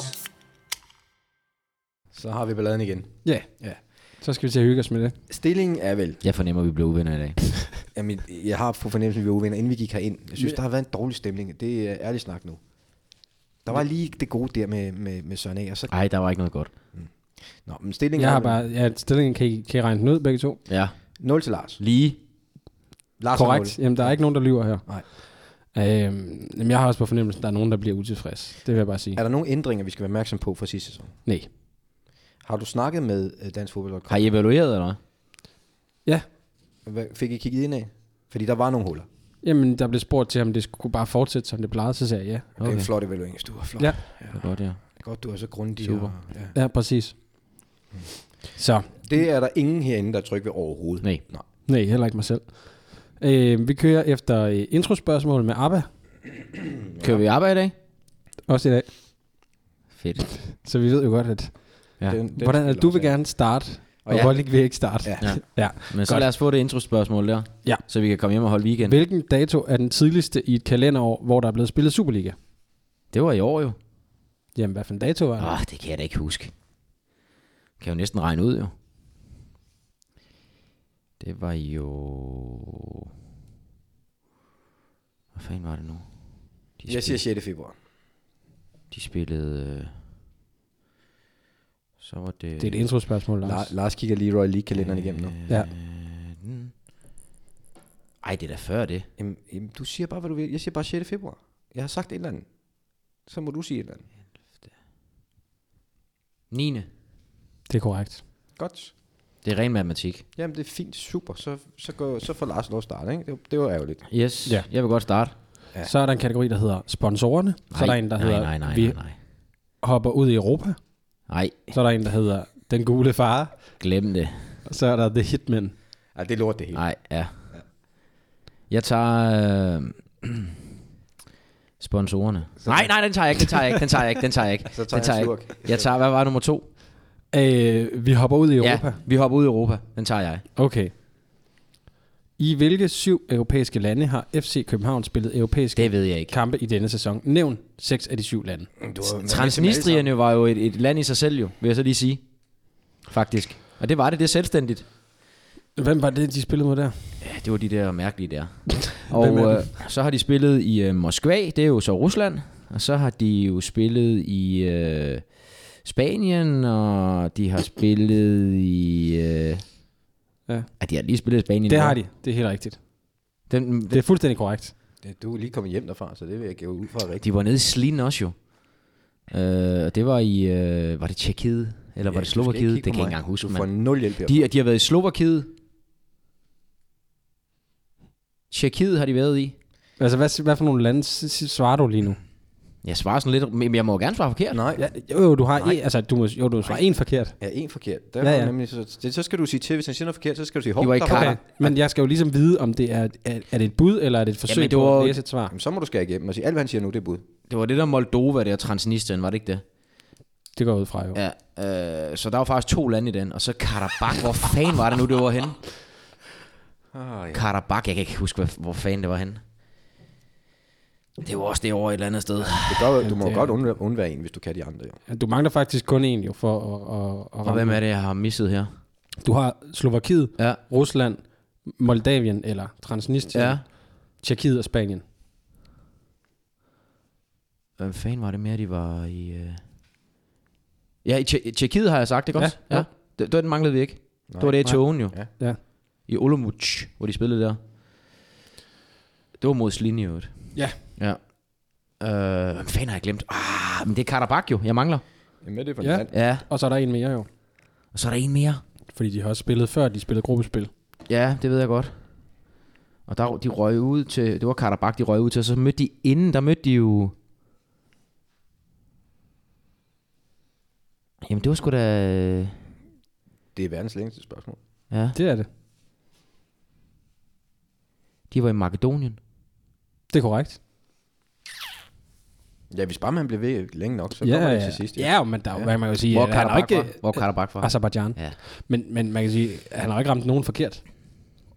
Så har vi balladen igen.
Ja.
Ja.
Så skal vi til at hygge os med det.
Stillingen er vel,
Jeg fornemmer, at vi bliver uvenner i dag.
Jamen, jeg har på fornemmelsen, at vi var uvenner, inden vi gik herind. Jeg synes,
Ja.
der har været en dårlig stemning. Det er ærligt snak nu. Der var lige det gode der med, med, med Søren A. Og så...
Ej, der var ikke noget godt.
Nå, men stillingen...
Jeg har
er-
bare, ja, stillingen kan I, kan I regne den ud, begge to?
Ja.
0 til Lars.
Lige.
Lars har
Korrekt.
nul.
Jamen, der er ikke nogen, der lyver her.
Nej.
Øhm, jamen, jeg har også på fornemmelsen, at der er nogen, der bliver utilfreds. Det vil jeg bare sige.
Er der nogle ændringer, vi skal være opmærksom på fra sidste sæson?
Nej.
Har du snakket med øh, Dansk Fodbold?
Har I evalueret, eller hvad?
Ja.
Fik I kigget ind af? Fordi der var nogle huller.
Jamen, der blev spurgt til, om det skulle bare fortsætte, som det plejede, så sagde jeg ja.
Okay. Det er en flot evaluering, du har flot.
Ja.
Det er godt, ja.
Godt, du er så grundig.
Super.
Og, ja.
Ja, præcis. Så.
Det er der ingen herinde, der er tryg ved overhovedet.
Nej.
Nej.
Nej, heller ikke mig selv. Øh, vi kører efter øh, introspørgsmål med ABBA.
Kører vi ABBA i dag?
Også i dag.
Fedt.
Så vi ved jo godt, at...
Ja.
Ja.
Den-
Den,
den
hvordan,
spiller
du
også
vil
af.
gerne starte,
Og
og, og
jeg-
Rolnik vil ikke starte.
Ja.
ja.
Men så
Godt.
lad os få det introspørgsmål der,
Ja.
så vi kan komme hjem og holde weekend.
Hvilken dato er den tidligste i et kalenderår, hvor der er blevet spillet Superliga?
Det var i år jo.
Jamen, hvad for en dato var det?
Åh, det kan jeg da ikke huske. Kan jeg jo næsten regne ud, jo. Det var jo... Hvad fanden var det nu? De
Jeg siger 6. februar.
De spillede... øh, Så var det...
Det er et introspørgsmål, Lars.
Lars, Lars kigger lige Royal League-kalenderen igennem nu.
Ja.
Øh, Ej, det er da før det.
Jamen, jamen, du siger bare, hvad du vil. Jeg siger bare 6. februar. Jeg har sagt et eller andet. Så må du sige et eller andet.
9.
Det er korrekt.
Godt.
Det er ren matematik.
Jamen, det er fint. Super. Så, så, går, så får Lars lov at starte, ikke? Det, det var ærgerligt.
Yes,
Ja.
jeg vil godt starte.
Ja.
Så er der en kategori, der hedder sponsorerne. så er der en, der
nej,
hedder,
nej, nej,
vi
nej, nej.
hopper ud i Europa.
Nej,
Så er der en, der hedder Den Gule Far.
glem det.
Og så er der The Hitman.
Ja, det er lort det hele.
Nej, ja. Jeg tager... Øh, sponsorerne. Nej, nej, den tager jeg ikke, den tager jeg ikke, den tager jeg ikke, den tager jeg ikke.
Så tager
den
jeg en
jeg,
slurk.
ikke. jeg tager, hvad var nummer to?
Øh, vi hopper ud i Europa.
Ja, vi hopper ud i Europa. Den tager jeg.
Okay. I hvilke syv europæiske lande har FC København spillet europæiske
Det ved jeg ikke.
kampe i denne sæson? Nævn seks af de syv lande.
Du har-
Transnistrien jo var jo et, et land i sig selv jo, vil jeg så lige sige. Faktisk. Og det var det, det er selvstændigt.
Hvem var det, de spillede mod der?
Ja, det var de der mærkelige der.
Hvem
Og
er
øh, så har de spillet i øh, Moskva, det er jo så Rusland. Og så har de jo spillet i øh, Spanien, og de har spillet i... Øh,
Ja.
ja, de har lige spillet i Spanien.
Det
nu.
har de. Det er helt rigtigt.
Den,
Det
den,
er fuldstændig korrekt.
Ja, Du er lige kommet hjem derfra, så det vil jeg give ud fra er rigtigt.
de var nede i Slin også jo. Øh, og det var i... Øh, var det Tjekkiet? Eller var det Slovakiet? Det kan jeg ikke engang huske.
Du får
mand.
nul hjælp her.
De, de har været i Slovakiet. Tjekkiet har de været i.
Altså, hvad, hvad for nogle lande s- s- svarer du lige nu?
Jeg svarer sådan lidt, men jeg må jo gerne svare forkert.
Nej,
Ja, jo, jo, du har
Nej.
en, altså, du må, jo, du svarer en forkert.
ja, en forkert. Der
Ja,
ja,
ja.
ja. Nemlig, så, det, så skal du sige til, hvis han siger noget forkert, så skal du sige, hov,
De var i
der
Qatar.
var
Okay.
der.
Men jeg skal jo ligesom vide, om det er, er, er det et bud, eller er det et forsøg
Jamen, det
på
var-
at læse et svar.
Jamen, så må du skære igennem og sige, alt hvad han siger nu, det er bud.
Det var det der Moldova der, Transnistrien, var det ikke det?
Det går jeg ud fra, jo. Ja.
Ja, øh, så der var faktisk to lande i den, og så Karabakh, hvor fanden var det nu, det var henne?
Ah, ja.
Karabakh, jeg kan ikke huske, hvor, hvor fanden det var henne. Det var også det over et eller andet sted.
Det gør, du må
det
det
er-
godt undvære, undvære en, hvis du kan de andre. Jo.
Du mangler faktisk kun en, jo, for at... at, at
Og hvem er det, jeg har misset her?
Du har Slovakiet,
Ja,
Rusland, Moldavien eller Transnistrien,
ja.
ja. Tjekkiet og Spanien.
Hvem fanden var det mere, de var i... Øh... Ja, i Tje- Tjekkiet har jeg sagt, ikke
Ja,
også?
ja.
Det, det var den manglede vi ikke. Nej, det var det i
nej.
togen jo.
Ja.
Ja.
I Olomouc, hvor de spillede der. Det var mod Slini jo.
Ja.
Ja. Øh, hvem fanden har jeg glemt? Ah, men det er Karabakh jo, jeg mangler.
Jamen, hvad er det for
Ja.
ja. land?
Ja,
Og så er der en mere jo,
og så er der en mere.
fordi de har også spillet før, de spillede gruppespil.
Ja, det ved jeg godt. Og der, de røg ud til, det var Karabakh, de røg ud til, og så mødte de inden, der mødte de jo... Jamen det var sgu da... øh,
Det er verdens længste spørgsmål.
Ja,
Det er det.
de var i Makedonien.
Det er korrekt.
Ja, hvis bare man bliver ved længe nok, så
ja,
kommer det
ja.
til sidst.
ja. ja, men der, ja. man kan jo sige,
Hvor er
at han har
Karabakh fra? Altså,
ikke...
Hvor er Karabakh fra?
Azerbaijan.
Ja.
Men, men man kan sige, at han har ikke ramt nogen forkert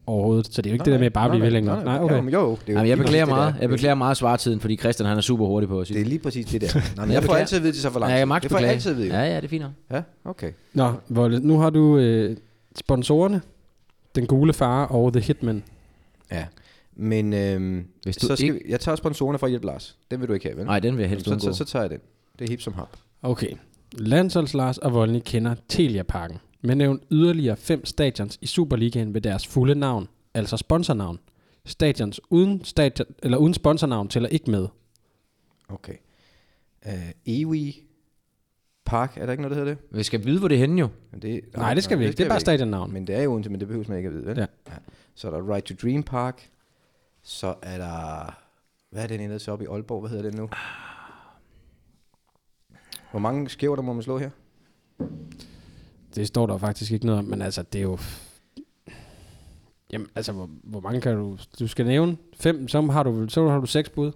overhovedet. Så det er jo ikke nej, det der med bare at blive ved længe nok. Nej, okay.
Jo, men jo, det er jo
Jamen, jeg
lige
beklager
præcis det
meget.
der.
Jeg beklager meget svartiden, fordi Christian han er super hurtig på at sige.
Det er lige præcis det der. Nej, men jeg får
beklager.
altid at vide, at det så for langt.
ja, jeg magt
det får jeg
beklage.
altid at vide.
Ja, ja, det er fint. nok.
ja okay.
Nå, Volle, nu har du øh, sponsorerne, Den Gule Far og The Hitman.
Ja. Men øhm,
Hvis du
så skal,
ikke-
vi- jeg tager sponsorerne for at hjælpe Lars. Den vil du ikke have, vel?
Nej, den vil jeg helst
Jamen, så,
undgå.
så, så tager jeg den. Det er hip som hop.
Okay. Landsholds Lars og Voldny kender Telia-parken, men nævn yderligere fem stadions i Superligaen ved deres fulde navn, altså sponsornavn. Stadions uden, stadion, eller uden sponsornavn tæller ikke med.
Okay. Uh, Ewi Park, er der ikke noget, der hedder det?
Vi skal vide, hvor det er henne jo.
Men Det,
Nej, det skal vi ikke. Det er bare stadionnavn.
Men det er jo Odense, men det behøver man ikke at vide, vel?
Ja.
Så er der Right to Dream Park. Så er der... Hvad er den ellers oppe i Aalborg? Hvad hedder den nu? Hvor mange skæver, der må man slå her?
Det står der jo faktisk ikke noget om, men altså, det er jo... Jamen, altså, hvor, hvor mange kan du... Du skal nævne fem, så har du, vel- så har du seks bud.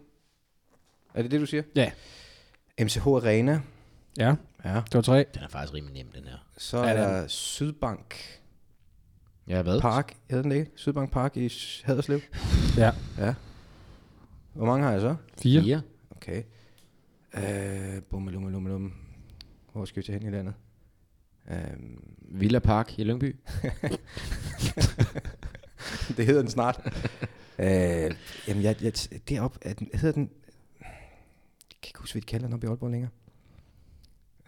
Er det det, du siger?
Ja.
MCH Arena.
Ja,
Ja.
det var tre.
Den er faktisk rimelig nem, den her.
Så er,
Er
der
den-
Sydbank
Ja, hvad?
Park. Hedder den det ikke? Sydbank Park i Haderslev.
Ja,
Ja. Hvor mange har jeg så?
fire.
Fire.
Okay. Øh, bummelummelummelum. Hvor skal vi tage hen i landet? Øhm,
Villa Park i Lyngby.
det hedder den snart. øh, jamen, jeg, jeg, deroppe, er den, hedder den... Jeg kan ikke huske, hvad de kalder den oppe i Aalborg længere.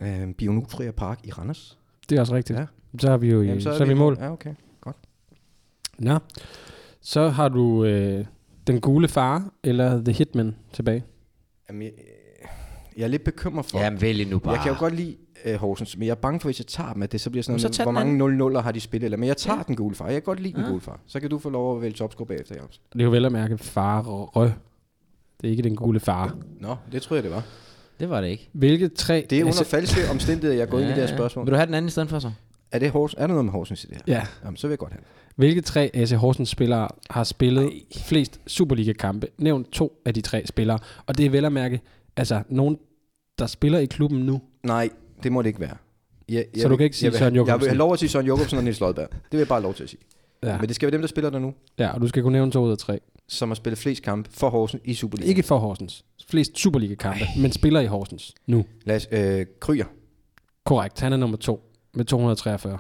Øh, Bionutria Park i Randers.
Det er også rigtigt.
Ja.
Ja. Så har vi jo Jamen, Øh, så er, så er vi i mål.
Ja, okay.
Nå. Så har du øh, den gule far eller The Hitman tilbage.
Jamen, jeg, jeg er lidt bekymret for...
Jamen vælg nu bare.
Jeg kan jo godt lide øh, Horsens, men jeg er bange for, hvis jeg tager dem, at det så bliver sådan
Men så
noget, med,
tag
hvor
den
mange
anden.
0 0 har de spillet. Eller, men jeg tager ja. den gule far. Jeg kan godt lide ja. den
Ja.
gule far. Så kan du få lov at vælge topscore bagefter, Jacobsen.
Det er jo vel at mærke farø. Det er ikke den gule far.
Nå, det tror jeg, det var.
Det var det ikke.
Hvilke tre...
Det er under falske omstændigheder, jeg er gået ja, ind i det her spørgsmål.
Vil du have den anden i stedet for så?
Er, det Horsens, er der noget med Horsens i det her?
Ja.
Jamen, så vil jeg godt have det.
Hvilke tre AC Horsens spillere har spillet Ej. flest Superliga-kampe? Nævn to af de tre spillere. Og det er vel at mærke, altså nogen, der spiller i klubben nu.
Nej, det må det ikke være. Jeg, jeg
Så du
vil-
kan ikke sige
jeg vil,
Søren
Jeg vil
Jakobsen?
have lov at sige Søren Jokobsen og Nils Lodberg. Det vil jeg bare have lov til at sige.
Ja,
Men det skal være dem, der spiller der nu,
ja og du skal kunne nævne to ud af tre.
som har spillet flest kampe for Horsens i Superligaen.
Ikke for Horsens. Flest Superliga-kampe, men spiller i Horsens nu.
Lad os, øh, Kryer.
Korrekt. Han er nummer to med 243.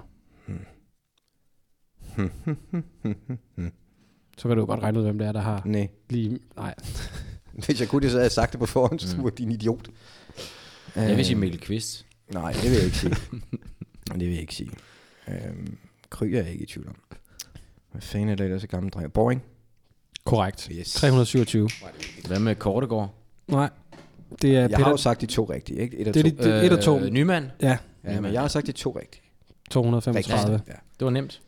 Så kan du jo godt regne ud, hvem det er, der har
Nej.
lige... Nej,
Hvis jeg kunne det, så havde jeg sagt det på forhånd,
Mm.
så var din idiot. Øhm,
Jeg vil sige
Øh.
Mikkel Kvist.
Nej, det vil jeg ikke sige. det vil jeg ikke sige. Øhm, Kryer er jeg ikke i tvivl om. Hvad fanden er det ellers så gammel dreng? Boring?
korrekt.
Yes.
327.
Hvad med Kortegård?
Nej, det er
Jeg har
Peter...
jo sagt de to rigtige, ikke? Et og
Det er
to. øh,
de- Det er et og to.
Øh, Nyman.
Ja,
Ja, men jeg har sagt de to rigtige.
235.
Ja.
Det var nemt.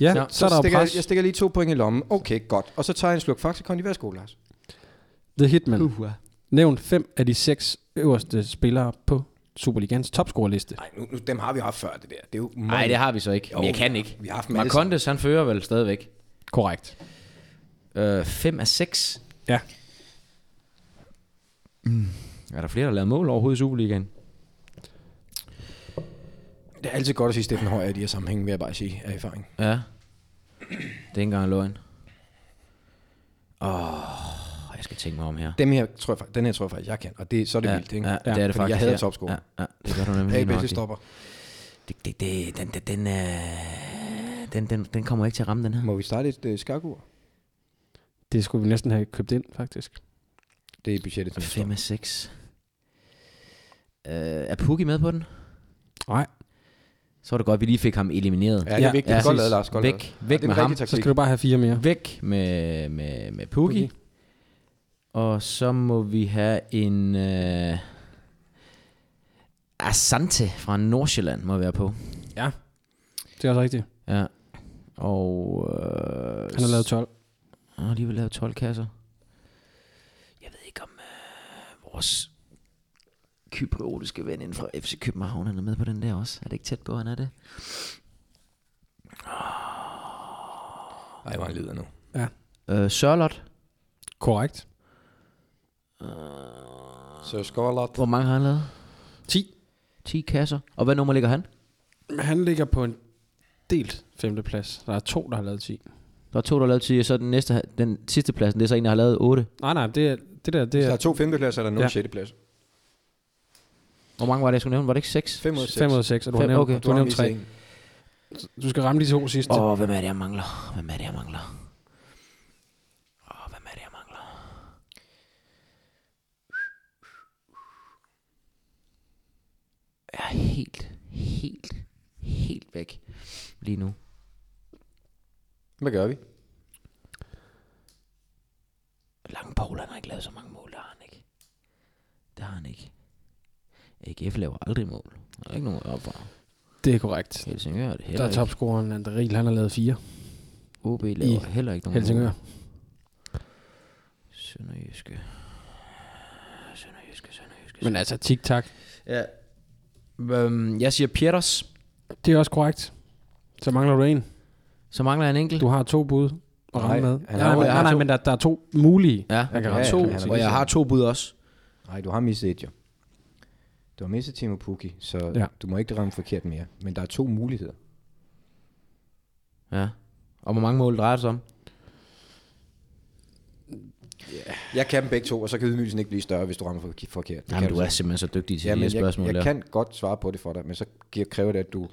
Ja,
Nå,
så, så er der jo
stikker,
pres.
jeg, jeg stikker lige to point i lommen. Okay, godt. Og så tager jeg en sluk Faxe Kondi. Værsgo, Lars.
The Hitman. Uh-huh. Nævn fem af de seks øverste spillere på Superligans topscorerliste.
Nej, nu, nu, dem har vi haft før, det der. Det er jo
Nej, det har vi så ikke. Men jeg kan ikke.
Vi har haft dem alle
Marcondes, han fører vel stadigvæk.
Korrekt.
Øh, 5 af 6.
Ja.
Er der flere, der har lavet mål overhovedet i Superligaen?
Det er altid godt at sige Steffen Højer i de her sammenhænge, vil jeg bare sige, af erfaring.
Ja. Det er ikke engang løgn. Åh, oh, jeg skal tænke mig om her.
Dem her, tror jeg, fa- den her tror jeg faktisk, jeg kan. Og det, så er det
ja,
vildt, ikke?
Ja, det er det
Fordi
faktisk.
Jeg havde
ja.
topscorer.
Ja, ja, det gør du nemlig.
Ja.
lige
ABC
nøjagtigt.
stopper.
Det, det, det, den, den, den, øh, den, den, den kommer ikke til at ramme den her.
Må vi starte et uh, skakur?
Det skulle vi næsten have købt ind, faktisk.
Det er budgettet til næste
5
år.
af 6. Øh, er Pukki med på den?
Nej.
Så var det godt, at vi lige fik ham elimineret.
Ja, det er
Ja,
vigtigt. Godt
præcis.
lavet, Lars. Godt
væk
lavet. Ja,
væk
det er
med
en
ham.
rigtig
Så
taktik.
skal du bare have fire mere.
Væk med, med, med Pukki.
Pukki.
Og så må vi have en... Øh, Asante fra Nordsjælland må være på.
Det er også rigtigt.
Ja. Og... Øh,
Han har lavet 12.
Han har alligevel lavet 12 kasser. Jeg ved ikke, om øh, vores kypriotiske ven inden for FC København han er med på den der også. Er det ikke tæt på, han er det?
Ej, hvor er leder nu.
Øh, Sørlot.
Korrekt.
Så Skovlot.
Øh, Hvor mange har han lavet?
10.
10 kasser. Og hvad nummer ligger han?
Han ligger på en delt femteplads. Der er to, der har lavet 10.
Der er to, der har lavet 10, og så den, næste, den sidste pladsen, det er så en, der har lavet 8.
Nej, nej, det, er, det der, det
Så der
er
er to femtepladser, og der er
Ja.
nogen sjettepladser.
Hvor mange var det, jeg skulle nævne? Var det ikke 6?
Fem ud af seks.
5 ud af 6, og du har
Fem,
nævnt,
okay.
du har nævnt
misset
3.
en.
Du skal ramme de to sidste.
Åh, oh, hvem er det, jeg mangler? Hvem er det, jeg mangler? helt, helt, helt væk lige nu.
Hvad gør vi?
Lange Poul, han har ikke lavet så mange mål, der har han ikke. Det har han ikke. AGF laver aldrig mål. Der er ikke nogen op for.
Det er korrekt.
Helsingør er det heller
Der er
ikke.
topscoreren André Riel, han har lavet fire.
OB
I
laver heller ikke nogen
Helsingør.
mål. Sønderjyske. Sønderjyske, Sønderjyske.
Men altså, tik-tak.
Ja. Øhm, jeg siger Pieters.
Det er også korrekt. Så mangler du en.
Så mangler jeg en enkelt.
Du har to bud og
Nej,
ramme med.
han har-
Nej, nej,
jeg
men-
har
nej, nej,
to.
men der, der er to mulige.
Ja,
jeg kan
Ja,
ramme
ja,
to.
han er
til.
Og jeg har
to bud også.
Nej, du har misset et jo. Du har misset Timo Pukki, så
Ja.
ja. du må ikke ramme forkert mere. Men der er to muligheder.
Ja. Og hvor mange mål drejer det sig om?
Jeg kan dem begge to, og så kan ydmygelsen ikke blive større, hvis du rammer for- forkert. Det
Jamen,
kan
du er simpelthen så dygtig til de her
jeg,
spørgsmål.
Jeg
der.
kan godt svare på det for dig, men så gi- kræver det, at du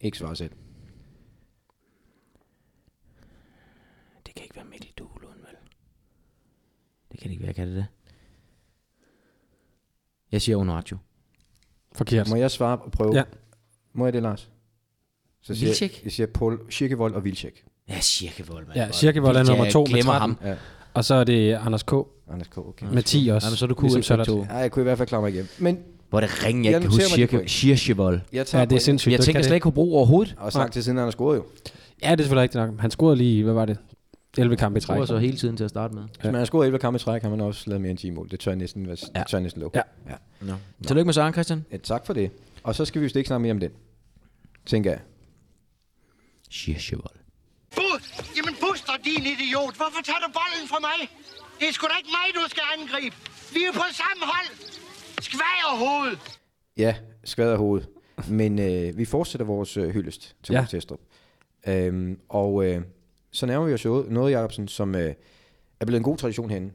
ikke svarer selv.
Det kan ikke være Mikkel Duelund, vel? Det kan det ikke være, kan det det? Jeg siger Onoaccio.
Forkert.
Må jeg svare og prøve?
Ja.
Må jeg det, Lars? Så siger,
Vilcek?
jeg, jeg siger Paul Schirkevold og Vilcek.
Ja, Kirkevold, mand.
Ja, Kirkevold er
Vildt,
nummer
jeg
to med
glemmer
13.
ham.
Ja.
Og så er det Anders K.
Anders K. Okay.
Mm.
Med 10 også.
Jamen, så er du cool,
ligesom
ikke begge
Søllerts.
to.
Nej, jeg kunne i hvert fald klare mig igennem. Men
Hvor er det ringe, jeg,
Jeg
jeg kan
noterer
huske
mig de
Kirke,
point.
Kirkevold.
jeg tager
Ja, det er
pointen.
sindssygt.
Jeg
du
tænker
kan
slet
det.
ikke Hobro overhovedet.
Og så lang tid siden, han har scoret jo.
Ja, det er selvfølgelig rigtigt nok. Han scorede lige, hvad var det? 11 kampe i
Jeg
træk.
tror så hele tiden til at starte med.
Hvis man har scoret 11 kampe i træk, har man også lavet mere end 10 mål. Det tør jeg næsten, være- det tør jeg næsten love.
Ja.
ja.
No. Tillykke med Søren, Christian.
Ja, tak for det. Og så skal vi vist ikke snakke mere om den, tænker jeg.
Kirkevold.
Bu- Jamen, Buster, din idiot. Hvorfor tager du bolden fra mig? Det er sgu da ikke mig, du skal angribe. Vi er på samme hold. Skvagerhoved.
Ja, skvader hovedet. Men øh, vi fortsætter vores øh, hyldest til
Ja.
ja. Testrup. Øhm, og øh, så nærmer vi os jo noget, Jacobsen, som øh, er blevet en god tradition herinde.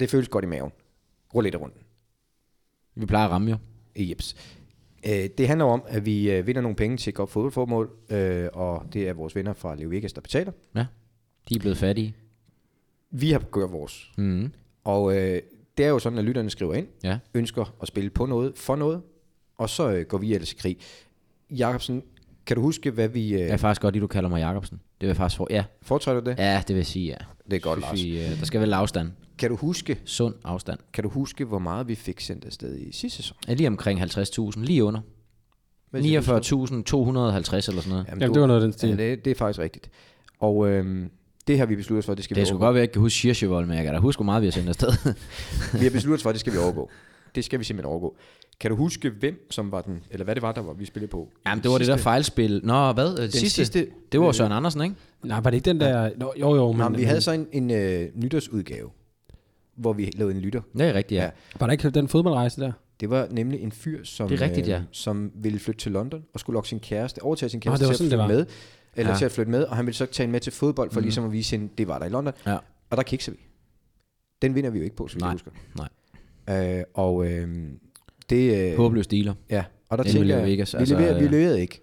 Det føles godt i maven. Roulette runden.
Vi plejer at ramme jo.
Jeps. Øh, det handler om, at vi øh, vinder nogle penge til et godt fodboldformål, øh, og det er vores venner fra Leo Vegas, der betaler.
Ja. De er blevet fattige.
Vi har gjort vores.
Mm.
Og øh, det er jo sådan, at lytterne skriver ind,
Ja.
ønsker at spille på noget, for noget, og så øh, går vi ellers i krig. Jacobsen, kan du huske, hvad vi... Øh,
Jeg er faktisk godt lide, du kalder mig Jacobsen. Det vil jeg faktisk for... Ja.
Foretræder du det?
Ja, det vil jeg sige, ja.
Det er godt,
Synes
Lars.
vi, øh, der skal vel afstand.
Kan du, huske,
Sund afstand.
kan du huske, hvor meget vi fik sendt afsted i sidste sæson?
Ja, lige omkring 50.000, lige under. 49.250
Hvad siger du så?
eller sådan noget.
Jamen,
Jamen, det var noget af den stil.
Ja, det, det er faktisk rigtigt. Og øhm, det har vi besluttet os for, det skal
Det er
vi
sgu
overgå.
godt være, at jeg ikke kan huske Kirchevold, men jeg kan da huske, hvor meget vi har sendt afsted.
Vi har besluttet os for, det skal vi overgå. Det skal vi simpelthen overgå. Kan du huske, hvem som var den, eller hvad det var, der var, vi spillede på?
Jamen, det var det der fejlspil. Nå, hvad? Den sidste? Øh,
sidste-
det var Søren Andersen, ikke?
Nej, var det ikke den der... Nå, jo, jo, men...
Jamen, vi havde så en, en øh, nytårsudgave, hvor vi lavede en lytter.
Det er rigtigt, ja.
Var der ikke den fodboldrejse der?
Det var nemlig en fyr, som, øh,
Det er rigtigt, ja.
som ville flytte til London og skulle lokke sin kæreste, overtage sin
Nå, det
kæreste
var
til at
sådan,
flytte
det
med, eller
Ja. Mhm.
til at flytte med, og han ville så tage hende med til fodbold, for mm. ligesom at vise hende, det var der i London.
Ja.
Og der kikser vi. Den vinder vi jo ikke på, så vi
Nej.
husker.
Nej.
Øh, og øh, det... Øh,
Håbløs dealer.
Ja, og der
Inden vi
tænker
lever
jeg,
Vegas,
vi,
altså,
leverede, vi
øh.
leverede ikke.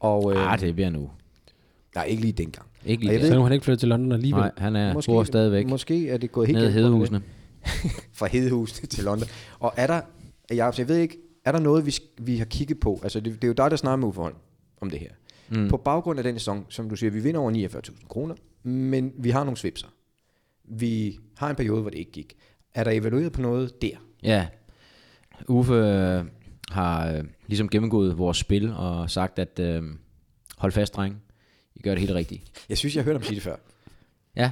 Og, øh,
Ah, det bliver nu.
Nej, ikke lige dengang.
Ikke
Og
lige
jeg
der.
Så
ved-
nu har han ikke flyttet til London alligevel.
Nej, han er, bor stadigvæk
Måske er det gået helt
nede i
galt for ham i dag.
Hedehusene.
fra Hedehusene til London. Og er der, Jacob, jeg ved ikke, er der noget, vi, sk- vi har kigget på? Altså, det, det er jo dig, der snakker med Uffe Holm om det her. Mm. På baggrund af den sæson, som du siger, vi vinder over 49.000 kroner, men vi har nogle svipser. Vi har en periode, hvor det ikke gik. Er der evalueret på noget der?
Ja. Uffe øh, har øh, ligesom gennemgået vores spil og sagt, at øh, hold fast, dreng. I gør det helt rigtigt.
Jeg synes, jeg hørte ham sige det før.
Ja.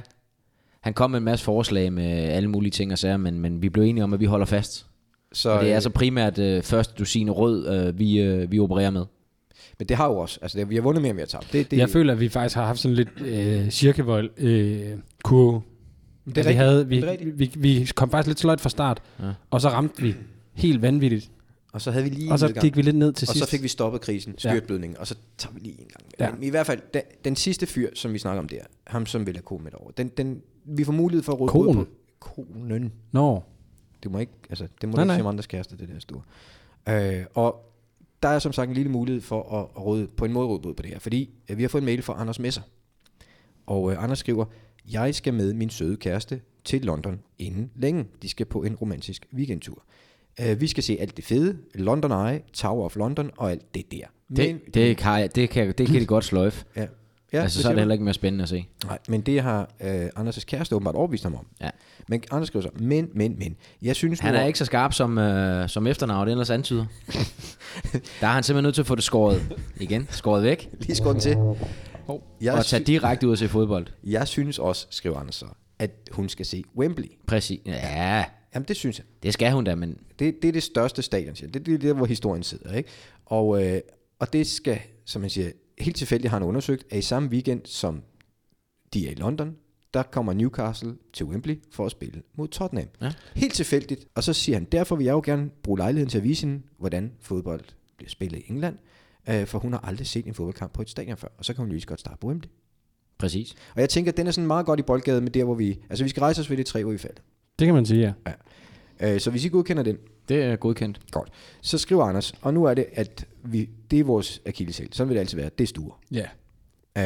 Han kom med en masse forslag med alle mulige ting og sager, men, men vi blev enige om, at vi holder fast.
Så,
Og det er
øh,
altså primært øh, første dusin rød, øh, vi, øh, vi opererer med.
øh, Men det har jo også. Altså, det, vi har vundet mere, end vi har tabt. Det, det,
Jeg føler, at vi faktisk har haft sådan lidt øh, cirkevold øh, kurve. Det vi,
rigtigt.
havde, vi,
Det er rigtigt.
vi, vi kom faktisk lidt sløjt fra start, ja. og så ramte vi helt vanvittigt.
og så havde vi lige
Og
en
så
nedgang.
gik vi lidt ned til
og
sidst.
så fik vi stoppet krisen, styrtblødningen, ja. og så tager vi lige en gang.
Ja.
Ja. Men i hvert fald, den, den sidste fyr, som vi snakker om der, ham som vil have koen med over, den, den, vi får mulighed for at råde
Konen?
bod på. Konen.
Nå,
Det må ikke, altså, det må nej,
Nej,
ikke
nej.
se om andres kæreste, det der store. Øh, og der er som sagt en lille mulighed for at, at råde, på en måde råde bod på det her, fordi øh, vi har fået en mail fra Anders Messer. Og øh, Anders skriver, jeg skal med min søde kæreste til London inden længe. De skal på en romantisk weekendtur. Øh, vi skal se alt det fede, London Eye, Tower of London og alt det der. Men-
Det, det, kan, jeg- det, kan, det kan de godt sløjfe.
Ja. Ja,
Ja, altså,
det
så
siger
er det
du.
heller ikke mere spændende at se.
Nej, men det har øh, Anders' kæreste åbenbart overbevist ham om.
Ja.
Men Anders skriver så, men, men, men. Jeg synes
Han
nu,
er ikke så skarp som, øh, som efternavnet ellers antyder. Der er han simpelthen nødt til at få det skåret igen. Skåret væk.
Lige skåret den til.
Jeg og tage
sy-
direkte ud og se fodbold.
Jeg synes også, skriver Anders så, at hun skal se Wembley.
Præcis. Ja.
Jamen, det synes jeg.
Det skal hun da, men...
Det, det er det største stadion, siger han. Det, det er der, hvor historien sidder, ikke? Og, øh, og det skal, som man siger, helt tilfældigt har han undersøgt, at i samme weekend, som de er i London, der kommer Newcastle til Wembley for at spille mod Tottenham.
Ja.
Helt tilfældigt. Og så siger han, derfor vil jeg jo gerne bruge lejligheden til at vise hende, hvordan fodbold bliver spillet i England. Øh, for hun har aldrig set en fodboldkamp på et stadion før, og så kan hun lige så godt starte på Wembley.
Præcis.
Og jeg tænker, at den er sådan meget godt i boldgade med der, hvor vi... Altså, vi skal rejse os ved det tre uger i fald.
Det kan man sige, ja.
Øh, så hvis I godkender den,
Det er godkendt.
Godt. Så skriver Anders, og nu er det, at vi, det er vores akilleshæl. Sådan vil det altid være. Det er stuer.
Ja.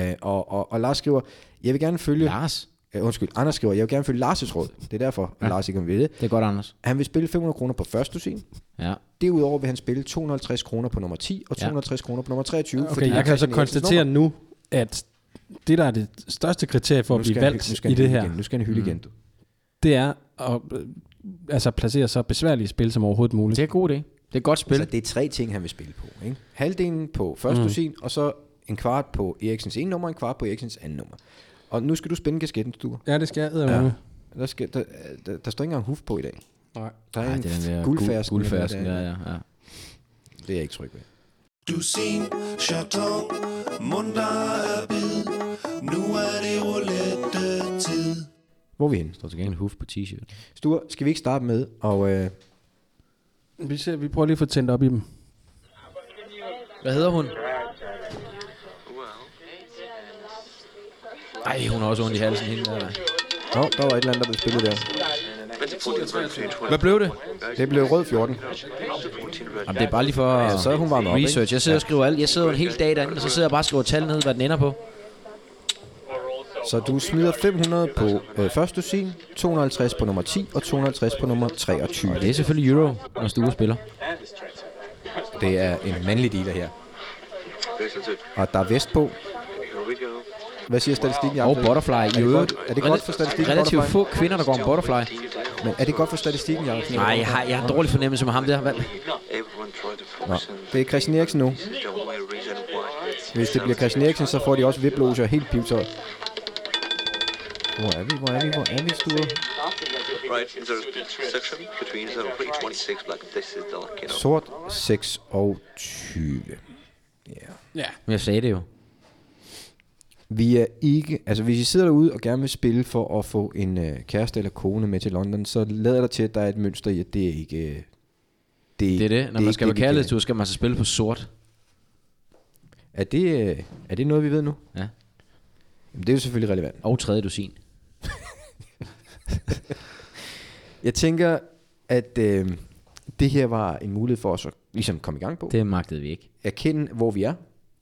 Øh, og, og, og Lars skriver, jeg vil gerne følge...
Lars.
Øh, undskyld, Anders skriver, jeg vil gerne følge Lars' råd. Det er derfor, at Lars ikke vil det.
Det er godt, Anders.
Han vil spille 500 kroner på første scene.
Ja.
Derudover vil han spille 250 kroner på nummer 10 og
Ja.
260 kroner på nummer 23. fordi
Okay,
han
jeg kan så
Christian Eriksens
konstatere
nummer.
nu, at det, der er det største kriterie for at
Nu
blive
skal han hy- nu
valgt
skal han
i det
hylde
her, Mm.
Igen. Nu skal han hylde igen. Du.
det er at øh, altså, placere så besværlige spil som overhovedet muligt.
Det er god idé. Det er et godt spil.
Altså, det er tre ting, han vil spille på. Ikke? Halvdelen på første mm. scene, og så en kvart på Eriksens ene nummer, og en kvart på Eriksens anden nummer. Og nu skal du spænde kasketten, du.
Ja, det skal jeg ja.
Der, skal, der, der, der står ikke engang huf på i dag.
Nej.
Der er
Ej,
Ej, en
det er den der
f-
guldfærsken.
guldfærsken.
Guldfærsken,
der,
ja,
der,
ja, ja.
Det er jeg ikke tryg ved.
Du sin chaton, munter er bid. Nu er det roulette tid.
Hvor er vi henne?
Står til gengæld huf på t-shirt.
Sture, skal vi ikke starte med og øh,
Vi, ser, vi prøver lige at få tændt op i dem.
Hvad hedder hun? Ej, hun har også ondt i halsen hende der. da.
Nå, der var et eller andet, der blev spillet der.
Hvad blev det?
Det blev rød 14.
Jamen, det er bare lige for ja,
så er hun varmet op, ikke?
research. Jeg sidder og skriver alt. Jeg sidder jo en hel dag derinde, og så sidder jeg bare og skriver tal ned, hvad den ender på.
Så du smider 500 på øh, første scene, 250 på nummer 10 og 250 på nummer 23.
Det er selvfølgelig Euro, når Stue spiller.
Det er en mandlig dealer her. Og der er vest på. Hvad siger statistikken?
Og
Jacob?
Butterfly
Er
i
det
øvrigt.
godt, er det godt for statistikken?
Relativt
Butterfly?
få kvinder, der går om Butterfly.
Men er det godt for statistikken, Jacob?
Nej, jeg har, jeg har en dårlig fornemmelse med ham der. Hvad?
Nå, det er Christian Eriksen nu. Hvis det bliver Christian Eriksen, så får de også viploger helt pivtøj. Hvor er vi? Hvor er vi? Hvor er vi, Sture? Sort 26.
Men jeg sagde det jo.
Vi er ikke... Altså, hvis I sidder derude og gerne vil spille for at få en øh, kæreste eller kone med til London, så lader der til, at der er et mønster i, at det er ikke... Øh,
Det er det. Når
ikke
man skal
vi
på
kender.
kærlighedstur, skal man så spille på sort.
Er det, øh, er det noget, vi ved nu?
Ja.
Jamen, det er jo selvfølgelig relevant.
Og tredje dusin.
Jeg tænker, at øh, det her var en mulighed for os at ligesom komme i gang på.
Det magtede vi ikke.
erkende, hvor vi er.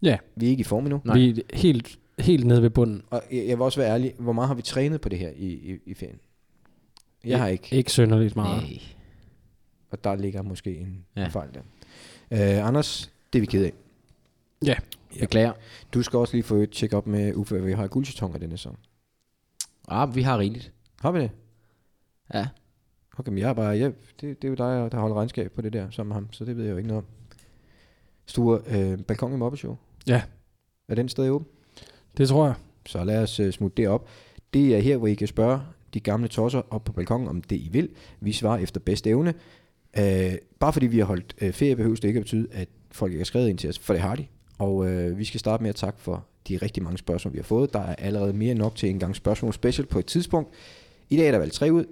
Ja,
Vi er ikke i form endnu.
Nej.
vi er helt, helt nede ved bunden.
Og jeg jeg vil også være ærlig, hvor meget har vi trænet på det her i, i, i ferien? Jeg har ikke,
Ikke synderligt meget.
Nej.
og der ligger måske en
Ja.
ja. fejl der. Øh, Anders, det er vi ked af.
Ja,
Beklager.
Du skal også lige få et check-up med Uffe, at vi har guldjetonger denne sæson.
Ah, vi har rigeligt.
Har vi det?
Ja.
Okay, men jeg er bare, ja, det, det er jo dig, der holder regnskab på det der sammen med ham, så det ved jeg jo ikke noget om. Sture, øh, balkon i Mobbeshow,
ja
er den stadig åben?
det tror jeg.
Så lad os øh, smutte det op. Det er her, hvor I kan spørge de gamle tosser op på balkongen, om det I vil. Vi svarer efter bedste evne. Øh, bare fordi vi har holdt øh, ferie, behøver det ikke at betyde, at folk ikke har skrevet ind til os, for det har de. Og øh, vi skal starte med at takke for de rigtig mange spørgsmål, vi har fået. Der er allerede mere end nok til en gang spørgsmål special på et tidspunkt. I dag er der valgt tre ud.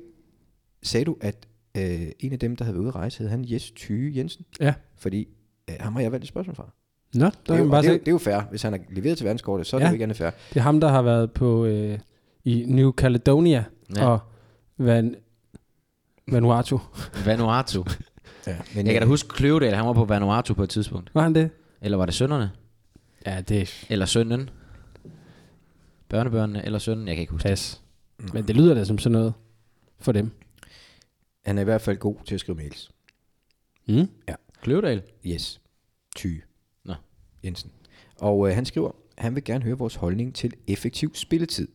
Sagde du, at øh, en af dem, der havde været ude at rejse, hed han Jes Tyge Jensen?
Ja.
Fordi øh, ham har jeg valgt et spørgsmål fra.
Nå, der
Det er,
kan
jo,
man bare
det, er jo,
se.
det er jo fair. Hvis han er leveret til verdenskortet, så er ja. det
Ja.
jo ikke andet fair.
Det er ham, der har været på øh, i New Caledonia
Ja.
ja. og Van, Vanuatu.
Vanuatu.
Ja, men,
Jeg
øh,
kan da huske Kløvedal, han var på Vanuatu på et tidspunkt.
Var han det?
Eller var det sønderne?
Ja, det
Eller sønnen? Børnebørnene eller sønnen? Jeg kan ikke huske det.
pas. Men det lyder da som sådan noget for dem.
Han er i hvert fald god til at skrive mails.
Mm.
Ja.
Kløvedal?
Yes. Ty.
Nå.
Jensen. Og øh, han skriver, han vil gerne høre vores holdning til effektiv spilletid.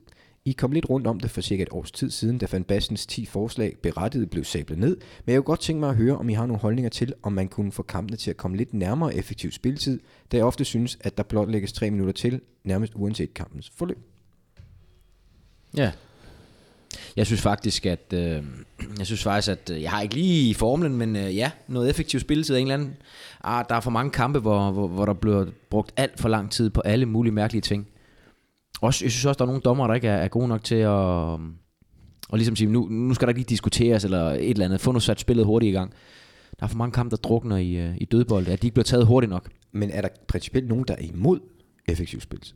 I kom lidt rundt om det for cirka et års tid siden, da Van Bassens 10 forslag berettiget blev sablet ned, men jeg kunne godt tænke mig at høre, om I har nogle holdninger til, om man kunne få kampene til at komme lidt nærmere effektiv spilletid, da jeg ofte synes, at der blot lægges 3 minutter til, nærmest uanset kampens forløb.
Ja. Jeg synes faktisk, at... Øh, jeg synes faktisk, at... øh, Jeg har ikke lige formlen, men øh, ja, noget effektiv spilletid af en eller anden... Ah, der er for mange kampe, hvor, hvor, hvor der bliver brugt alt for lang tid på alle mulige mærkelige ting. Også, jeg synes også, der er nogle dommer, der ikke er, er gode nok til at... Og ligesom sige, nu, nu skal der ikke lige diskuteres eller et eller andet. Få nu sat spillet hurtigt i gang. Der er for mange kampe, der drukner i, øh, i dødbold, at de ikke bliver taget hurtigt nok.
Men er der principielt nogen, der er imod effektiv spilletid?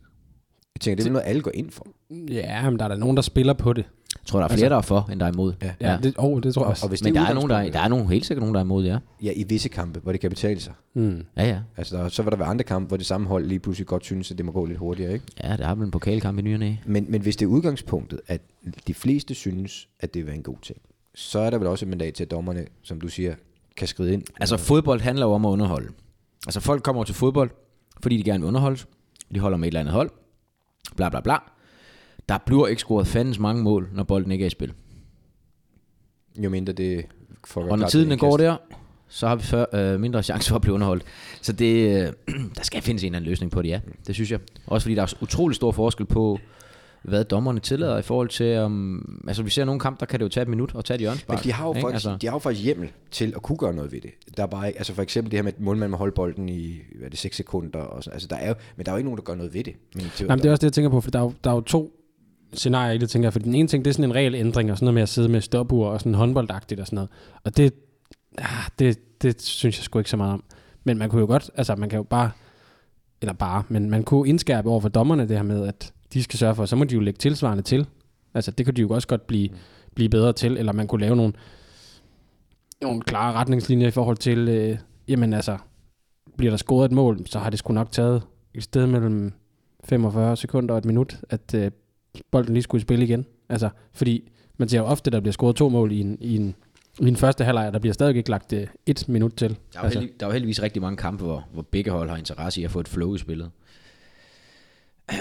Jeg tænker, det er vel noget, alle går ind for.
Ja, men der er der nogen, der spiller på det.
Jeg tror, der er flere, altså, der er for, end der er imod.
Ja, ja. Det, oh, det tror jeg også.
Og hvis
Men
det
der
er
er, nogen, der, er- der er nogen, helt sikkert nogen, der er imod, ja.
Ja, i visse kampe, hvor det kan betale sig.
Mm.
Ja, ja.
Altså, der, så vil der være andre kampe, hvor det samme hold lige pludselig godt synes, at det må gå lidt hurtigere, ikke?
Ja, der er vel en pokalkamp i ny og næ.
Men, men hvis det er udgangspunktet, at de fleste synes, at det vil være en god ting, så er der vel også et mandat til, at dommerne, som du siger, kan skride ind.
Altså fodbold handler jo om at underholde. Altså folk kommer jo til fodbold, fordi de gerne vil underholdes. De holder med et eller andet hold. Bla bla bla. Der bliver ikke scoret fandens mange mål, når bolden ikke er i spil.
Jo mindre det fucker
Og når
klart
tiden den
indkast.
går der, så har vi før, øh, mindre chance for at blive underholdt. Så det, øh, der skal findes en eller anden løsning på det, ja. Det synes jeg. Også fordi der er utrolig stor forskel på, hvad dommerne tillader i forhold til, om... Altså vi ser nogle kampe, der kan det jo tage et minut og tage et hjørnspark.
Men de har, jo
ikke?
faktisk, altså. de har jo faktisk hjemmel til at kunne gøre noget ved det. Der er bare ikke, altså for eksempel det her med, at målmanden må holde bolden i, hvad er det, 6 sekunder. Og sådan. Altså der er jo, men der er jo ikke nogen, der gør noget ved det. Men det,
Jamen, det er også det, jeg tænker på, for der er jo, der er jo to scenarier i det, tænker jeg. For den ene ting, det er sådan en regelændring og sådan noget med at sidde med stopur og sådan håndboldagtigt og sådan noget. Og det, ah, det, det synes jeg sgu ikke så meget om. Men man kunne jo godt, altså man kan jo bare, eller bare, men man kunne indskærpe over for dommerne det her med, at de skal sørge for, så må de jo lægge tilsvarende til. Altså det kunne de jo også godt blive, blive bedre til, eller man kunne lave nogle, nogle klare retningslinjer i forhold til, øh, jamen altså, bliver der scoret et mål, så har det sgu nok taget et sted mellem 45 sekunder og et minut, at øh, bolden lige skulle i spil igen. Altså, fordi man ser jo ofte, der bliver scoret to mål i en, i en, i en første halvleg, og der bliver stadig ikke lagt øh, et minut til.
Der er, altså. heldig, der er jo heldigvis rigtig mange kampe, hvor, hvor begge hold har interesse i at få et flow i spillet.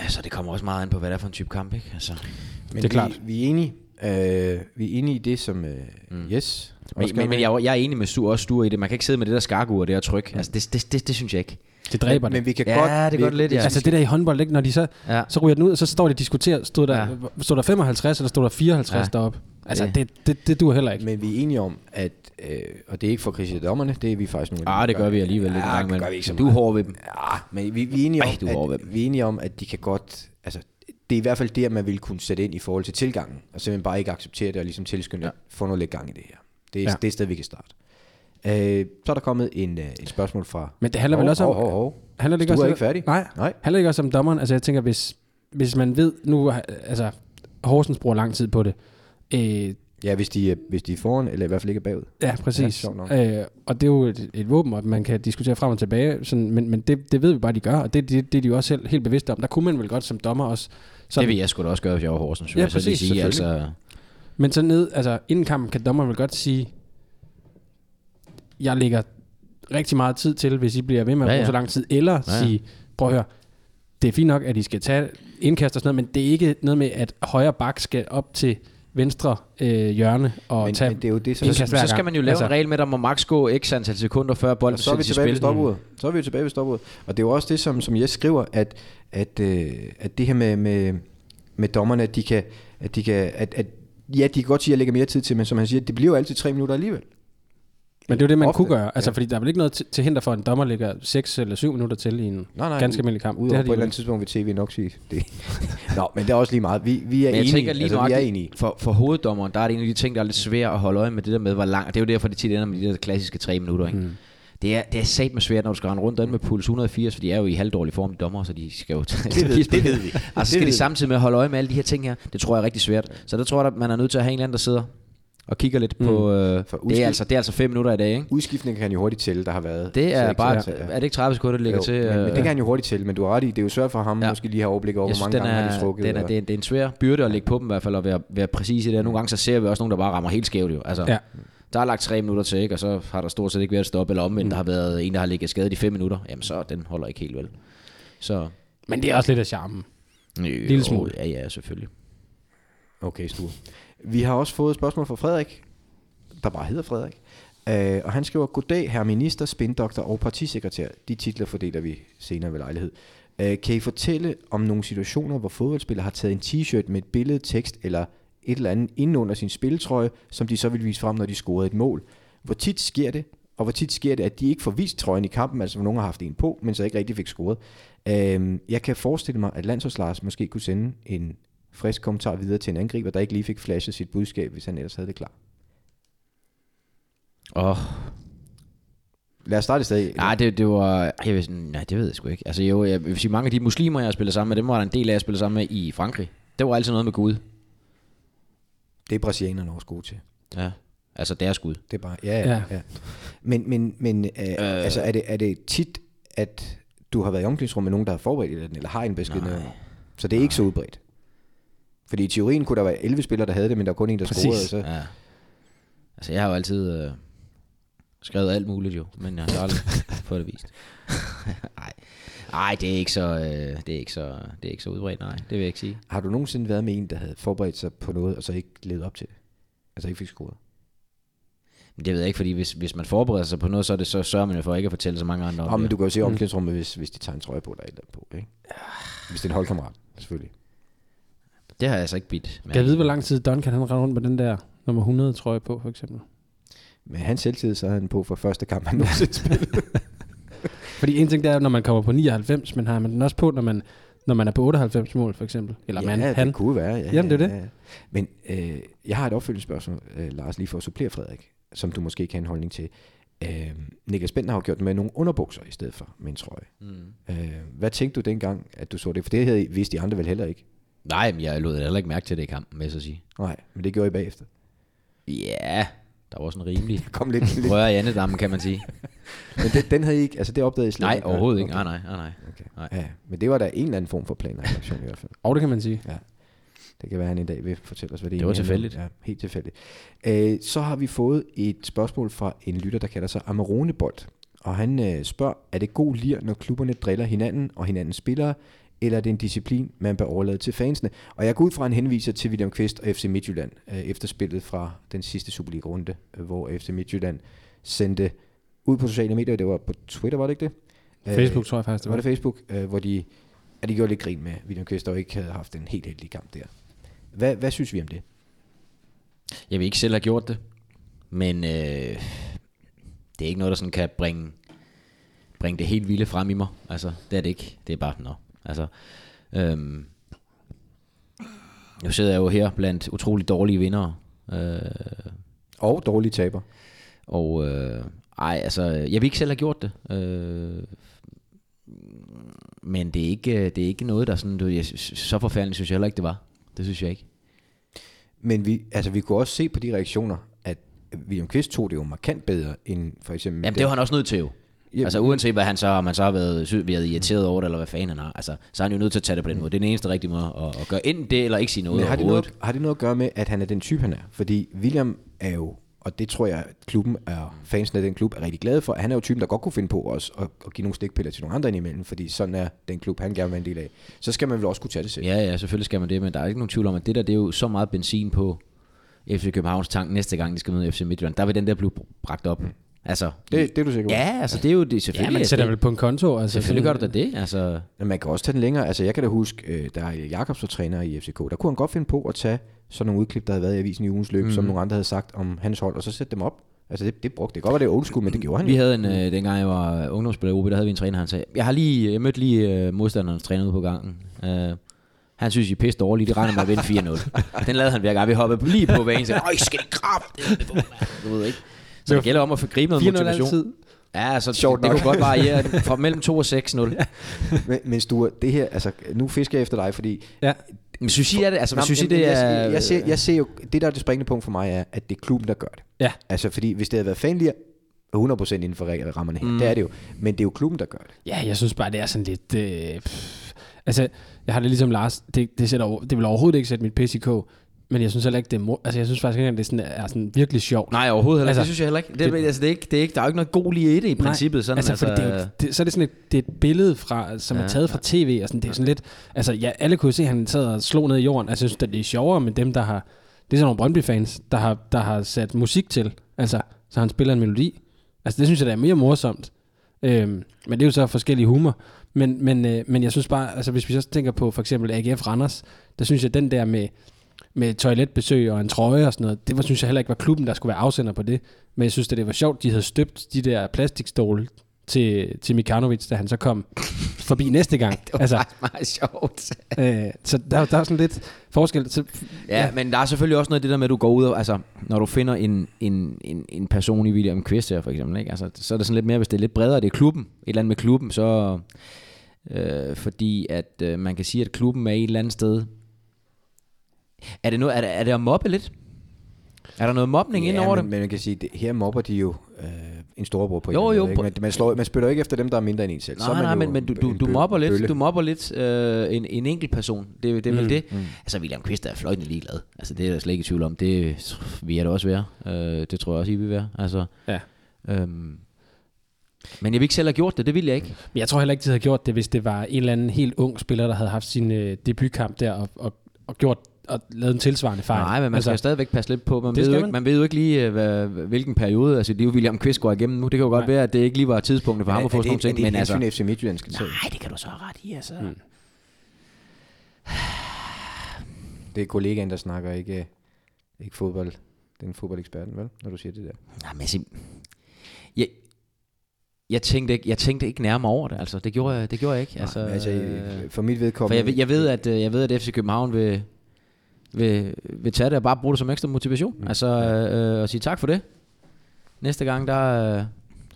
Så det kommer også meget an på, hvad det er for en type kamp, ikke? Altså,
Men
Det er
vi,
klart.
Vi er enige. Øh, vi er enige i det, som... Øh, mm. Yes.
men,
Oscar,
men, men jeg, er jo- jeg er enig med Stuer også Stuer i det. Man kan ikke sidde med det der skakur og det der tryk. Altså, det, det, det, det synes jeg ikke.
det dræber det.
men vi kan
Ja,
godt...
det er
vi,
godt lidt, ja.
Altså det der i håndbold, ikke? når de så,
Ja.
så ryger den ud, og så står de og diskuterer, stod der, ja. stod der 55 eller stod der 54
Ja.
ja. deroppe? Altså
Det-
det, det, det, duer heller ikke.
Men vi er enige om, at... Øh, og det er ikke for kritik af dommerne, det er vi faktisk nogle af dem,
Ah, det
der
gør vi alligevel lidt
Ja,
en gang
det
imellem.
gør vi ikke så
Du er
meget.
hård ved dem.
Ja, men vi, vi, er enige om,
Ej, du er hård ved
at, vi er enige om, at de kan godt... Altså, det er i hvert fald der, man ville kunne sætte ind i forhold til tilgangen, og simpelthen bare ikke acceptere det og ligesom tilskynde ja. at få noget lidt gang i det her. Det er, ja.
Ja.
det er sted, vi kan starte. Øh, så er der kommet en, øh, et spørgsmål fra...
Men det handler vel
Hov,
også om-
hov, hov, hov.
Handler det ikke
Du
også
er ikke færdig?
Nej.
Nej.
Handler det ikke også om dommeren? Altså jeg tænker, hvis, hvis man ved, nu har- altså Horsens bruger lang tid på det. Øh,
Ja, hvis de, er- hvis de er foran, eller i hvert fald ikke er bagud.
Ja, præcis.
sjovt nok.
Ja, øh, og det er jo et, et våben, og man kan diskutere frem og tilbage, sådan, men, men det, det ved vi bare, de gør, og det, det, det er de jo også selv, helt bevidste om. Der kunne man vel godt som dommer også...
Det
Sådan,
vil jeg sgu da også gøre, hvis jeg var Horsens. vil
Ja,
jeg så lige
præcis,
sige,
selvfølgelig.
altså,
Men så ned, altså inden kampen kan dommeren vel godt sige, jeg lægger rigtig meget tid til, hvis I bliver ved med at
Ja,
bruge
ja.
så lang tid, eller ja,
ja.
sige, prøv at høre, det er fint nok, at I skal tage indkast og sådan noget, men det er ikke noget med, at højre bak skal op til venstre øh, hjørne og
Men-
tage
men det er jo det, så-
indkast
så,
hver
så skal
gang.
man jo lave altså, en regel med, at der må max gå x antal sekunder, før bolden
Og så er vi
sættes i
tilbage ved
spil.
stopuret. Så er vi jo tilbage ved stopuret. Og det er jo også det, som, som jeg skriver, at, at, øh, at det her med, med, med dommerne, at de kan, at de kan at, at, ja, de kan godt sige, at jeg lægger mere tid til, men som han siger, det bliver jo altid tre minutter alligevel.
Men det er jo det, man
Ofte,
ofte. kunne gøre. Altså, ja. fordi der er vel ikke noget til, til hinder for, at en dommer ligger 6 eller 7 minutter til i en
Nej, nej, u-
ganske almindelig kamp.
Udover på
det har
et
de jo
eller
ikke.
andet tidspunkt vil tv nok sige det. Nå, men det er også lige meget. Vi, vi er
Men jeg
enige.
tænker lige
altså, vi er enige.
For, for hoveddommeren, der er det en af de ting, der er lidt svært at holde øje med det der med, hvor langt. Det er jo derfor, det tit ender med de der klassiske tre minutter, ikke? Mm. Det er, det er sat med svært, når du skal rende rundt derinde med puls 180, for de er jo i halvdårlig form, de dommer, så de skal jo... Det ved, det ved vi. Og så skal de samtidig med at holde øje med alle de her ting her. Det tror jeg er rigtig svært. Så der tror jeg, at man er nødt til at have en eller anden, der sidder og kigger lidt mm. på... Øh, det,
udskyld-
er altså, det er altså fem minutter i dag, ikke?
Udskiftningen kan han jo hurtigt tælle, der har været.
Det
Så
er
ikke
bare...
så- ja.
Er det ikke 30 sekunder, der ligger
Jo,
til...
men, men, det
øh,
kan han jo hurtigt tælle, men du har ret i, det er jo svært for ham
Ja.
måske lige at have overblik over,
Jeg
hvor mange
den
gange
er,
har de trukket.
Den er,
og-
det, er, det er en svær byrde at lægge på dem i hvert fald, og være, være præcis i det. Nogle gange så ser vi også nogen, der bare rammer helt skævt jo. Altså,
Ja.
Der er lagt tre minutter til, ikke? og så har der stort set ikke været et stop eller omvendt. Mm. Der har været en, der har ligget skadet i fem minutter. Jamen så, den holder ikke helt vel. Så.
Men det er også lidt af charmen.
Jo,
Lille smule.
Ja, ja, selvfølgelig.
Okay, Sture. Vi har også fået et spørgsmål fra Frederik, der bare hedder Frederik. Øh, og han skriver, Goddag, herre minister, spindoktor og partisekretær. De titler fordeler vi senere ved lejlighed. Øh, kan I fortælle om nogle situationer, hvor fodboldspillere har taget en t-shirt med et billede, tekst eller et eller andet ind under sin spilletrøje, som de så vil vise frem, når de scorede et mål? Hvor tit sker det? Og hvor tit sker det, at de ikke får vist trøjen i kampen, altså hvor nogen har haft en på, men så ikke rigtig fik scoret? Øh, jeg kan forestille mig, at Landsholds Lars måske kunne sende en frisk kommentar videre til en angriber, der ikke lige fik flashet sit budskab, hvis han ellers havde det klar.
Åh, oh,
Lad os starte et sted.
Nej, det, det var... Jeg ved, nej, det ved jeg sgu ikke. Altså jo, jeg vil sige, mange af de muslimer, jeg spiller sammen med, dem var der en del af, jeg spillede sammen med i Frankrig. Det var altid noget med Gud.
Det er brasilianerne også gode til.
Ja, altså deres Gud.
Det er bare, ja, ja.
Ja.
ja. Men, men, men øh, øh. altså, er det, er det tit, at du har været i omklædningsrum med nogen, der har forberedt den, eller har en besked
Nej.
nedover? Så det er ikke så udbredt. Fordi i teorien kunne der være 11 spillere, der havde det, men der var kun en, der
Præcis.
scorede. Så.
Ja. Altså, jeg har jo altid øh, skrevet alt muligt jo, men jeg har aldrig fået det vist. Nej. Nej, det er ikke så, øh, det er ikke så, det er ikke så udbredt, nej. Det vil jeg ikke sige.
Har du nogensinde været med en, der havde forberedt sig på noget, og så ikke levet op til det? Altså ikke fik scoret?
Men det ved jeg ikke, fordi hvis, hvis man forbereder sig på noget, så, er det, så sørger man jo for ikke at fortælle så mange andre om
Nå, men
det.
du kan jo se
Mm. Ah.
omklædningsrummet, hvis, hvis de tager en trøje på eller et eller andet på, ikke? Hvis det er en holdkammerat, selvfølgelig.
Det har jeg altså ikke bidt.
Kan jeg vide, hvor lang tid Don kan han rende rundt med den der nummer 100 trøje på, for eksempel?
Men han selvtid, så havde han på for første kamp, han nogensinde spillede.
Fordi en ting det er, når man kommer på 99, men har man den også på, når man, når man er på 98 mål, for eksempel? Eller
ja,
man,
det
han?
kunne være. Ja,
Jamen, det er
ja,
det.
Ja. Men øh, jeg har et opfølgende spørgsmål, øh, Lars, lige for at supplere Frederik, som du måske kan have en holdning til. Øh, Niklas Bender har jo gjort det med nogle underbukser i stedet for med en trøje.
Mm.
Øh, hvad tænkte du dengang, at du så det? For det havde, vidste de andre vel heller ikke.
Nej, men jeg lod det heller ikke mærke til det i kampen, med så sige.
Nej, men det gjorde I bagefter.
Ja, der var sådan rimelig
kom lidt, lidt.
rør i andedammen, kan man sige.
Men den, den havde I ikke, altså det opdagede I slet
Nej,
ikke?
overhovedet ikke.
okay.
Nej, nej, nej. nej.
Okay.
nej.
Ja, men det var da en eller anden form for plan og aktion i hvert fald.
Og det kan man sige.
Ja. Det kan være, at han en dag vil fortælle os, hvad det,
Det var
egentlig handler om.
tilfældigt.
Ja, helt tilfældigt. Øh, så har vi fået et spørgsmål fra en lytter, der kalder sig Amarone-bold. Og han øh, spørger, er det god lir, når klubberne driller hinanden og hinandens spillere, eller er det en disciplin, man bør overlade til fansene? Og jeg går ud fra, at han henviser til William Kvist og FC Midtjylland øh, efter spillet fra den sidste Superliga-runde, øh, hvor FC Midtjylland sendte ud på sociale medier, det var på Twitter, var det ikke det?
Facebook, tror jeg faktisk, det
var.
var.
det Facebook, øh, hvor de, at de gjorde lidt grin med William Kvist, og ikke havde haft en helt heldig kamp der. Hvad, hvad synes vi om det?
Jeg vil ikke selv have gjort det, men øh, det er ikke noget, der sådan kan bringe, bringe det helt vilde frem i mig. Altså, det er det ikke. Det er bare, nå. Altså, øhm, nu sidder jeg jo her blandt utrolig dårlige vinder. Øh,
og dårlige taber.
Og øh, ej, altså, jeg vil ikke selv have gjort det. Øh, men det er, ikke, øh, det er ikke noget, der sådan, du, jeg, så forfærdeligt synes jeg heller ikke, det var. Det synes jeg ikke.
Men vi, altså, vi kunne også se på de reaktioner, at William Kvist tog det jo markant bedre end for eksempel...
Jamen, det var han også nødt til jo.
Jamen.
Altså uanset hvad han så, om han så har været, sy- været irriteret over det, eller hvad fanden han har, altså, så er han jo nødt til at tage det på den måde. Det er den eneste rigtige måde at, at gøre enten det, eller ikke sige noget
Mm. Men har det,
overhovedet.
noget, har det noget at gøre med, at han er den type, han er? Fordi William er jo, og det tror jeg, at klubben er, fansen af den klub er rigtig glade for, at han er jo typen, der godt kunne finde på også at, at give nogle stikpiller til nogle andre indimellem, fordi sådan er den klub, han gerne vil være en del af. Så skal man vel også kunne tage det selv.
Ja, ja, selvfølgelig skal man det, men der er ikke nogen tvivl om, at det der, det er jo så meget benzin på FC Københavns tank næste gang, de skal møde FC Midtjylland. Der vil den der blive bragt op. Altså,
Mm. Det, det er du sikker på?
Ja, altså det er jo det selvfølgelig.
Ja, man
at
sætter
det-
vel på en konto. Altså,
Selvfølgelig gør
sådan-
du da det. Altså,
Men man kan også tage den længere. Altså, jeg kan da huske, øh, der er Jakobs der træner i FCK. Der kunne han godt finde på at tage sådan nogle udklip, der havde været i avisen i ugens løb, mm. som
Mhm.
nogle andre havde sagt om hans hold, og så sætte dem op. Altså, det, det brugte det. Godt var det old school, men det gjorde han
Vi
jo.
havde en, øh, dengang jeg var ungdomsspiller i OB, der havde vi en træner, han sagde, jeg har lige, jeg mødte lige øh, modstanderens træner ude på gangen. Øh, han synes, I er pisse dårlige, det regner med at vinde 4-0. Den lavede han hver gang, vi hoppede lige på banen, og sagde, "Øj, skal det kraft? Du ved ikke. Så det gælder om at få gribe noget
4-0
motivation.
altid.
Ja, så
Sjovt
Sjort det
nok.
kunne godt variere fra mellem 2 og 6-0.
Men, men Sture, det her, altså, nu fisker jeg efter dig, fordi...
Ja.
Men synes I, er det, altså,
Nå,
synes I,
jamen,
det
jeg,
er...
jeg, jeg, ser, jeg ser jo, det der er det springende punkt for mig, er, at det er klubben, der gør det.
Ja.
Altså, fordi hvis det havde været fanlier, 100% inden for re- rammerne her, mm.
Mm.
det er det jo. Men det er jo klubben, der gør det.
Ja, jeg synes bare, det er sådan lidt... Øh, pff. altså, jeg har det ligesom Lars. Det, det, sætter, over- det vil overhovedet ikke sætte mit pis i kog. Men jeg synes heller ikke, det er mor- Altså, jeg synes faktisk ikke, at det er sådan, er sådan virkelig sjovt.
Nej, overhovedet heller ikke. Det synes jeg heller ikke. Det, altså, det er ikke, det er ikke, der er jo ikke noget god lige i det i princippet. Sådan, øh,
altså, altså, det er jo, det, så er det sådan et, det er et billede, fra, som ja,
Ja,
er taget fra tv, og sådan, det er sådan lidt... Altså, ja, alle kunne jo se, at han sad og slog ned i jorden. Altså, jeg synes, det er sjovere med dem, der har... Det er sådan nogle Brøndby-fans, der har, der har sat musik til. Altså, så han spiller en melodi. Altså, det synes jeg, der er mere morsomt. Øhm, men det er jo så forskellige humor. Men, men, øh, men jeg synes bare, altså hvis vi så tænker på for eksempel AGF Randers, der synes jeg, den der med, med toiletbesøg og en trøje og sådan noget, det var, synes jeg heller ikke var klubben, der skulle være afsender på det. Men jeg synes, at det var sjovt, de havde støbt de der plastikstole til, til Mikanovic, da han så kom forbi næste gang. det var altså,
meget sjovt.
øh, så der, der er sådan lidt forskel. Så,
Ja, ja, men der er selvfølgelig også noget af det der med, at du går ud og, altså, når du finder en, en, en, en person i William Quist her, for eksempel, ikke? Altså, så er det sådan lidt mere, hvis det er lidt bredere, det er klubben, et eller andet med klubben, så, øh, fordi at øh, man kan sige, at klubben er et eller andet sted. Er det, noget, er, det, er det at mobbe lidt? Er der noget mobning
ja,
ind over
men,
det?
men man kan sige, det, her mobber de jo øh, en storebror på en
Jo,
eller anden
jo,
måde, ikke?
på-
Man, man, slår, man spytter ikke efter dem, der er mindre end en selv. Så
Nej,
er man
nej,
jo
men, men du,
en
du,
bø-
du mobber
bølle.
lidt, du mobber lidt øh, en, en enkelt person. Det, er- det er vel
Mm.
mm. det.
Mm.
Altså, William Quist er fløjtende ligeglad. Altså, det er jeg slet ikke i tvivl om. Det vil jeg da også være. Øh, det tror jeg også, I vil være. Altså,
ja.
øhm, men jeg vil ikke selv have gjort det, det ville jeg ikke.
Men jeg tror heller ikke, de havde gjort det, hvis det var en eller anden helt ung spiller, der havde haft sin øh, debutkamp der og, og, og gjort og lavet en tilsvarende fejl.
Nej, men man altså, skal stadigvæk passe lidt på. Man
Det
ved, jo
skal
ikke,
man.
man ved jo ikke lige, øh, hvad, hvilken periode altså, det er jo William Quist går igennem nu. Det kan jo godt
Nej.
være, at det ikke lige var tidspunktet for
Men
ham
er-
at få
er
sådan
det-
nogle ting.
er det et
men altså,
hensyn, FC Midtjylland skal tage?
Nej, det kan du så have ret i, altså. Mm.
Det er kollegaen, der snakker ikke, øh, ikke fodbold. Den fodboldeksperten, vel? Når du siger det der.
Nej, men jeg, jeg, jeg, tænkte ikke, jeg tænkte ikke nærmere over det, altså. Det gjorde jeg, det gjorde jeg ikke. Altså,
men altså,
øh,
for mit
for
vedkommende...
jeg, ved- jeg, ved, at, øh, jeg ved, at FC København vil, vil, vil tage det og bare bruge det som ekstra motivation. Mm. Altså, øh, øh, og sige tak for det. Næste gang, der, øh,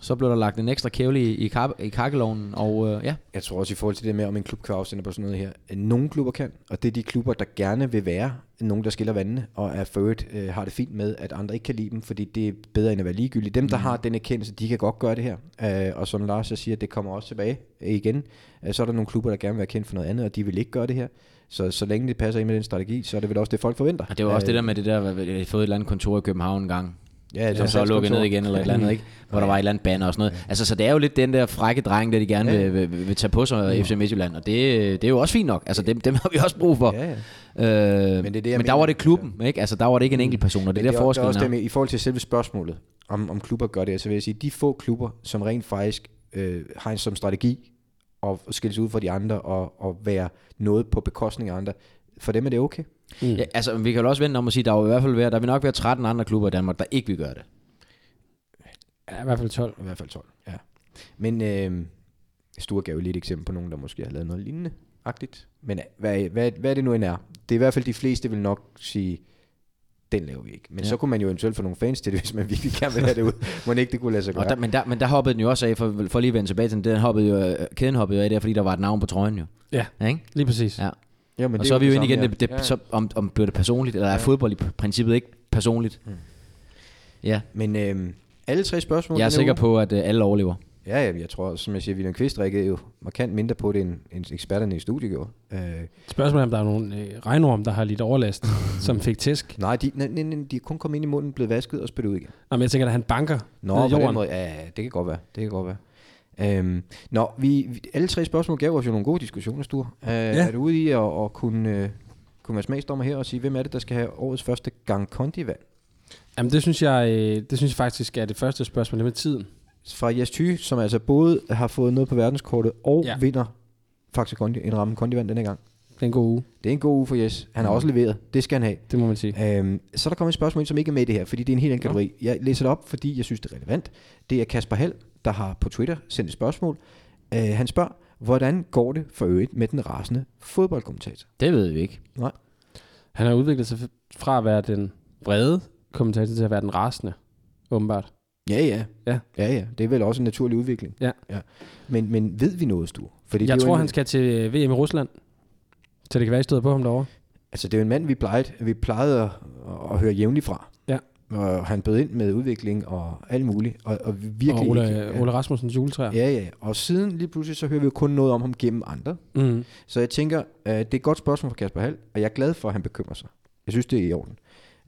så blev der lagt en ekstra kævle i, i, kar, i kakkeloven, og øh, ja.
Jeg tror også i forhold til det med, om en klub kan afsende på sådan noget her. at Nogle klubber kan, og det er de klubber, der gerne vil være nogen, der skiller vandene, og er for øvrigt, øh, har det fint med, at andre ikke kan lide dem, fordi det er bedre end at være ligegyldige. Dem, der
Mm.
har den erkendelse, de kan godt gøre det her. Øh, og som Lars så siger, det kommer også tilbage øh, igen. Øh, så er der nogle klubber, der gerne vil være kendt for noget andet, og de vil ikke gøre det her. Så, så længe det passer ind med den strategi, så er det vel også det, folk forventer. Øh,
Og det var også det der med det der, hvad- jeg havde fået et eller andet kontor i København en gang.
Ja,
Ja,
et
som så lukket
salgskontor.
ned igen, eller et eller andet, ikke? Hvor der
Ja.
var et eller andet banner og sådan noget. Altså, så det er jo lidt den der frække dreng, der de gerne
Ja.
vil, vil, vil tage på sig FC Midtjylland, og det, det er jo også fint nok. Altså, dem, dem har vi også brug for. Øh, men det
jeg
men der
mener,
var det klubben, ikke? Altså, der var det ikke en enkelt person, og det er
Men
der
er- er
forskellen
også
er.
det med, I forhold til selve spørgsmålet, om, om klubber gør det, så vil jeg sige, de få klubber, som rent faktisk øh, har en som strategi at skille sig ud fra de andre og, og være noget på bekostning af andre, for dem er det okay.
Mm.
Ja, altså, vi kan jo også vente om at sige, der vil i hvert fald være, der vil nok være 13 andre klubber i Danmark, der ikke vil gøre det.
Ja, i hvert fald 12.
I hvert fald 12, ja. Men øh, Sture gav jo lidt eksempel på nogen, der måske har lavet noget lignende. Agtigt. Men øh, hvad, hvad, hvad det nu end er. Det er i hvert fald de fleste vil nok sige, den laver vi ikke. Men ja.
Ja.
så kunne man jo eventuelt få nogle fans til det, hvis man virkelig gerne vil have det ud. Må ikke det kunne lade sig gøre.
Og der, men, der, men der hoppede den jo også af, for, for lige at vende tilbage til den, den hoppede jo, øh, kæden hoppede jo af der, fordi der var et navn på trøjen jo.
Ja,
Ja, ikke?
lige præcis.
Ja.
Ja, men
og
det
så
er
er vi
jo
jo
det
inde igen,
samme,
det, det,
ja. Ja.
Så, om, om bliver det personligt, eller ja. er fodbold i pr- princippet ikke personligt? Mm. Ja.
Men øh, alle tre spørgsmål
Jeg er
denne
sikker
uge?
på, at øh, alle overlever.
Ja, jamen, jeg tror, som jeg siger, William Kvist rækkede jo markant mindre på det, end, end eksperterne i studiet gjorde. Øh,
Spørgsmålet er, om der er nogle øh, regnorm, der har lidt overlast, som fik tæsk.
nej, de, nej, nej, nej, de er kun kommet ind i munden, blevet vasket og spyttet ud igen.
Nå, men jeg tænker, at han banker
Nå,
ned i
på den
jorden.
måde, ja, ja, det kan godt være. Det kan godt være. Øhm, nå, vi, vi, alle tre spørgsmål gav os jo nogle gode diskussioner, Sture. Øh, ja. Er du ude i at, at kunne, øh, kunne være smagsdommer her og sige, hvem er det, der skal have årets første gang kondi-vand?
Jamen, det synes, jeg, øh, det synes jeg faktisk er det første spørgsmål, det med tiden.
Fra Jes Thy, som altså både har fået noget på verdenskortet og ja.
Ja.
vinder Faxe Kondi, en ramme kondivand denne gang.
Det er en god uge.
Det er en god uge for Jes. Han
Mm.
har også leveret. Det skal han have.
Det må man sige.
Øhm, så er der kommer et spørgsmål ind, som ikke er med i det her, fordi det er en helt anden kategori. Jeg læser det op, fordi jeg synes, det er relevant. Det er Kasper Hall, der har på Twitter sendt et spørgsmål. Øh, han spørger, hvordan går det for øvrigt med den rasende fodboldkommentator?
Det ved vi ikke.
Nej.
Han har udviklet sig f- fra at være den vrede kommentator til at være den rasende, åbenbart.
Ja, ja.
Ja.
Ja, ja. Det er vel også en naturlig udvikling.
Ja.
ja. Men, men ved vi noget, Sture? Fordi det er
jeg
jo
tror,
en,
han skal til øh, VM i Rusland. Så det kan være, I støder på ham derovre.
Altså, det er jo en mand, vi plejede, vi plejede at, at høre jævnligt fra.
Ja.
Og han bød ind med udvikling og alt muligt. Og, og virkelig
og Ole,
ikke-
Ole Rasmussens juletræer.
Ja, ja. Og siden lige pludselig, så hører vi jo kun noget om ham gennem andre.
Mm.
Så jeg tænker, øh, det er et godt spørgsmål fra Kasper Hall, og jeg er glad for, at han bekymrer sig. Jeg Jeg synes, det er i orden.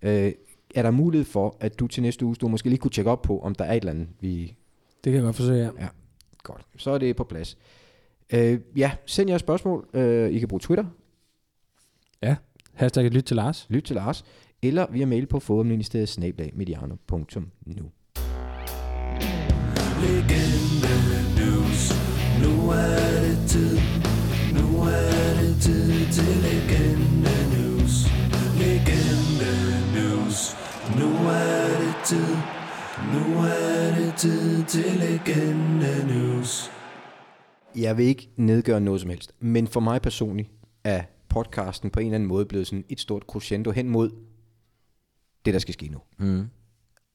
Øh, er der mulighed for, at du til næste uge, du måske lige kunne tjekke op på, om der er et eller andet, vi...
Det kan jeg godt forsøge, ja.
ja. Godt. Så er det på plads. Øh, ja, send jer spørgsmål. Øh, I kan bruge Twitter.
Ja. Hashtag lyt til Lars.
Lyt til Lars. Eller via mail på fodboldministeriet.mediano.nu
Legende news. Nu er det tid. Nu er det tid til legende news. Legende news. Nu er det tid. Nu er det tid til legende news.
Jeg vil ikke nedgøre noget som helst, men for mig personligt er podcasten på en eller anden måde blevet sådan et stort crescendo hen mod det, der skal ske nu.
Mm.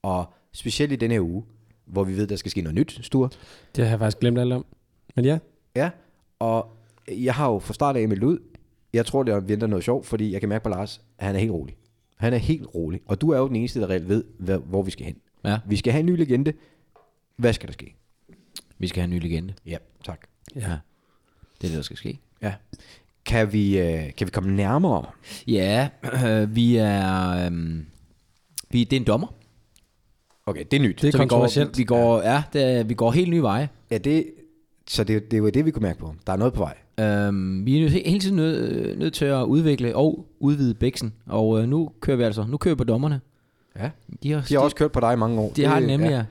Og specielt i den her uge, hvor vi ved, der skal ske noget nyt, Stur.
Det har jeg faktisk glemt alt om. Men ja.
Ja, og jeg har jo fra start af meldt ud. Jeg tror, det venter noget sjovt, fordi jeg kan mærke på Lars, at han er helt rolig. Han er helt rolig, og du er jo den eneste, der reelt ved, hvad, hvor vi skal hen.
Ja.
Vi skal have en ny legende. Hvad skal der ske?
Vi skal have en ny legende.
Ja, tak.
Ja. Det er det, der skal ske.
Ja. Kan vi, øh, kan vi komme nærmere?
Ja, øh, vi er... Øh, vi, det er en dommer.
Okay, det er nyt.
Det er
Så vi går,
kontroversielt.
vi går, ja, det er, vi går helt nye veje.
Ja, det, så det, det var det, vi kunne mærke på. Der er noget på vej.
Øhm, vi er nø- hele tiden nødt nød til at udvikle og udvide bæksen, og øh, nu kører vi altså, nu kører vi på dommerne.
Ja.
De har,
De har også kørt på dig i mange år.
de, de har det nemlig, ja.
ja.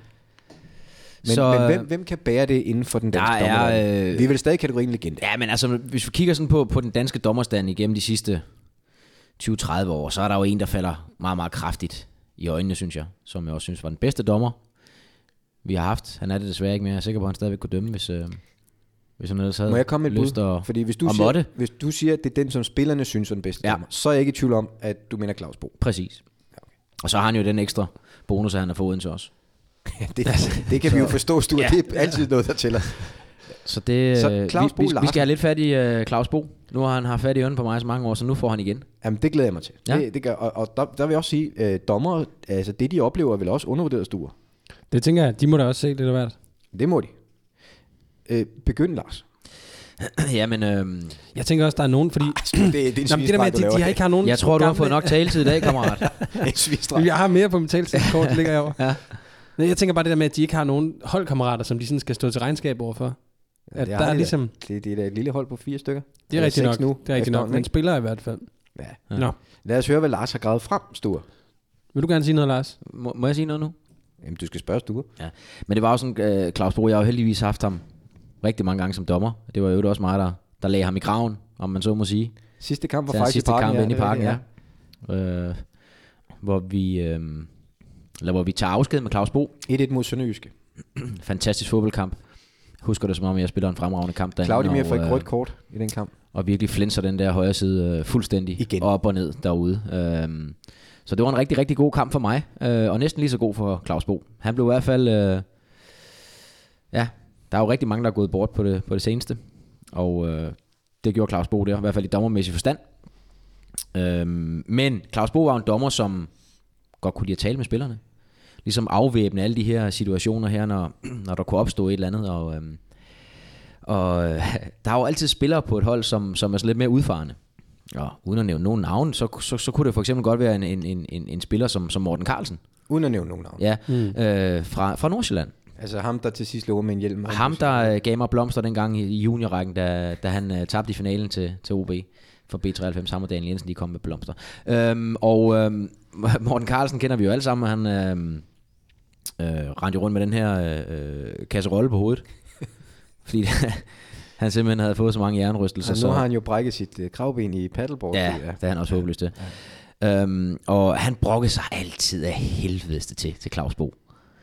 Men, så,
Så,
men
øh,
hvem, hvem kan bære det inden for den
der
danske
er,
dommer?
øh,
Vi er vel stadig i kategorien legende.
Ja, men altså, hvis vi kigger sådan på, på den danske dommerstand igennem de sidste 20-30 år, så er der jo en, der falder meget, meget kraftigt i øjnene, synes jeg, som jeg også synes var den bedste dommer, vi har haft. Han er det desværre ikke mere. Jeg er sikker på, at han stadigvæk kunne dømme, hvis, øh, hvis han ellers havde
Må jeg komme med et
lyst
bud?
Og,
Fordi hvis du,
og
siger,
måtte.
hvis du siger, at det er den, som spillerne synes er den bedste
Ja.
ja. dommer, så er jeg ikke i tvivl om, at du mener Claus Bo.
Præcis. Og så har han jo den ekstra bonus, at han har fået Odense også.
det, Altså, det kan vi jo forstå, Sture.
Ja.
Ja. Det er altid noget, der tæller.
Så det,
Så
øh,
Claus
vi,
Bo
vi, vi
Larsen.
skal have lidt fat i uh, Claus Bo. Nu har han haft fat i øjnene på mig i så mange år, så nu får han igen.
Jamen, det glæder jeg mig til.
Ja.
Ja. Det, det gør, og, og der, der vil jeg også sige, øh, dommer, altså det, de oplever, er vel også undervurderet Sture.
Det tænker jeg, de må da også se det der værd.
Det må de. Øh, begynd, Lars.
Jamen, øhm,
Jeg tænker også, der er nogen, fordi...
Det, det, er en
Nå, men det der med, at de, de har ikke har nogen...
jeg tror, du har
gamle-
fået nok taletid i dag, kammerat.
Jeg har mere på mit talsindskort, ligger jeg over. ja. Nej, jeg tænker bare det der med, at de ikke har nogen holdkammerater, som de sådan skal stå til regnskab overfor.
Ja,
At
det har
der er
de da.
ligesom...
Det, det er da et lille hold på fire stykker.
Det er
Eller
rigtigt
seks
nok.
Nu,
det er rigtigt nok.
efterhånden,
Men
ikke?
spiller i hvert fald.
Ja.
Ja. Nå.
Lad os høre, hvad Lars har gravet frem, Sture.
Vil du gerne sige noget, Lars?
Må, må jeg sige noget nu?
Jamen, du skal spørge Sture.
Ja. Men det var jo sådan, øh, Claus Bo, jeg har jo heldigvis haft ham rigtig mange gange som dommer. Det var jo også mig, der, der lagde ham i graven, om man så må sige.
Sidste kamp var
Den
faktisk
sidste
i parken.
kamp
ja,
inde i
det er
parken, ja.
rigtigt,
Øh, hvor vi... Øh, eller hvor vi tager afsked med Claus Bo.
ja. 1-1 mod Sønderjyske.
Fantastisk fodboldkamp. Husker det som om, jeg spiller en fremragende kamp derinde.
Claudimir
og,
får et
øh,
rødt kort i den kamp.
og virkelig flænser den der højre side øh, fuldstændig
Igen.
op og ned derude. Øhm, så det var en rigtig, rigtig god kamp for mig, øh, og næsten lige så god for Claus Bo. Han blev i hvert fald... Øh, ja, der er jo rigtig mange, der er gået bort på det, på det seneste, og øh, det gjorde Claus Bo der, i hvert fald i dommermæssig forstand. Øhm, men Claus Bo var jo en dommer, som godt kunne lide at tale med spillerne. Ligesom afvæbne alle de her situationer her, når, når der kunne opstå et eller andet, og... Øhm, og øh, der er jo altid spillere på et hold, som, som er sådan lidt mere udfarende. Og uden at nævne nogen navn, så, så, så kunne det for eksempel godt være en, en, en, en, en spiller som, som Morten Carlsen.
Uden at nævne nogen navn.
Ja, mm. øh, fra, fra Nordsjælland.
Altså ham, der til sidst løber med en hjelm.
Ham, der øh, gav mig blomster dengang i- i juniorrækken, da, da han øh, tabte i finalen til, til OB for B93. Ham og Daniel Jensen, de kom med blomster. Øhm, og øhm, Morten Carlsen kender vi jo alle sammen. Han øhm, øh, rendte jo rundt med den her øh, kasserolle på hovedet. Fordi han simpelthen havde fået så mange hjernerystelser.
Så,
Altså,
Altså,
så-
nu har han jo brækket sit øh, kravben i paddleboard.
Ja,
det er-
det er han også håbløs til. Ja. Øhm, og han brokkede sig altid af helvedeste til, til Claus Bo.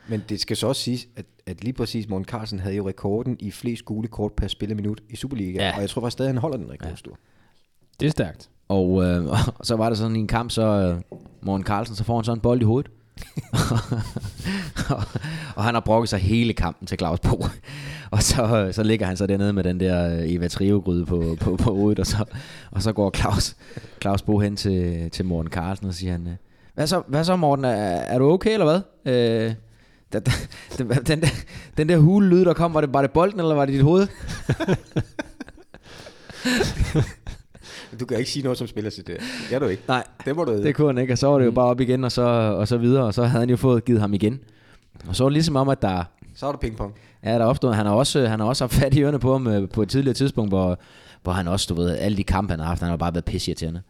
Men det skal så også siges, at, at lige præcis Morten Carlsen havde jo rekorden i flest gule kort per spilleminut i Superligaen.
Ja.
Ja. Og jeg tror faktisk stadig, han holder den rekord, ja. Sture.
Det er stærkt.
Og, øh, og så var der sådan i en kamp, så øh, Morten Carlsen, så får han så en bold i hovedet. og, og han har brokket sig hele kampen til Claus Bo. og så, øh, så ligger han så dernede med den der øh, Eva Trio-gryde på, på, på hovedet, og så, og så går Claus, Claus Bo hen til, til Morten Carlsen og siger han, øh, hvad så, hvad så Morten, er, er du okay eller hvad? Øh, den, den, den, der, den der hule lyd, der kom, var det, var det bolden, eller var det dit hoved?
Du kan ikke sige noget som spiller til det. Jeg du ikke.
Nej,
det må du
det kunne han ikke, og så var det jo bare op igen, og så, og så videre, og så havde han jo fået givet ham igen. Og så var det ligesom om, at der,
Så er der pingpong.
Ja, der opstod. Han har også, han har også haft fat i ørerne på ham øh, på et tidligere tidspunkt, hvor, hvor han også, du ved, alle de kampe, han har haft, han har bare været pissirriterende.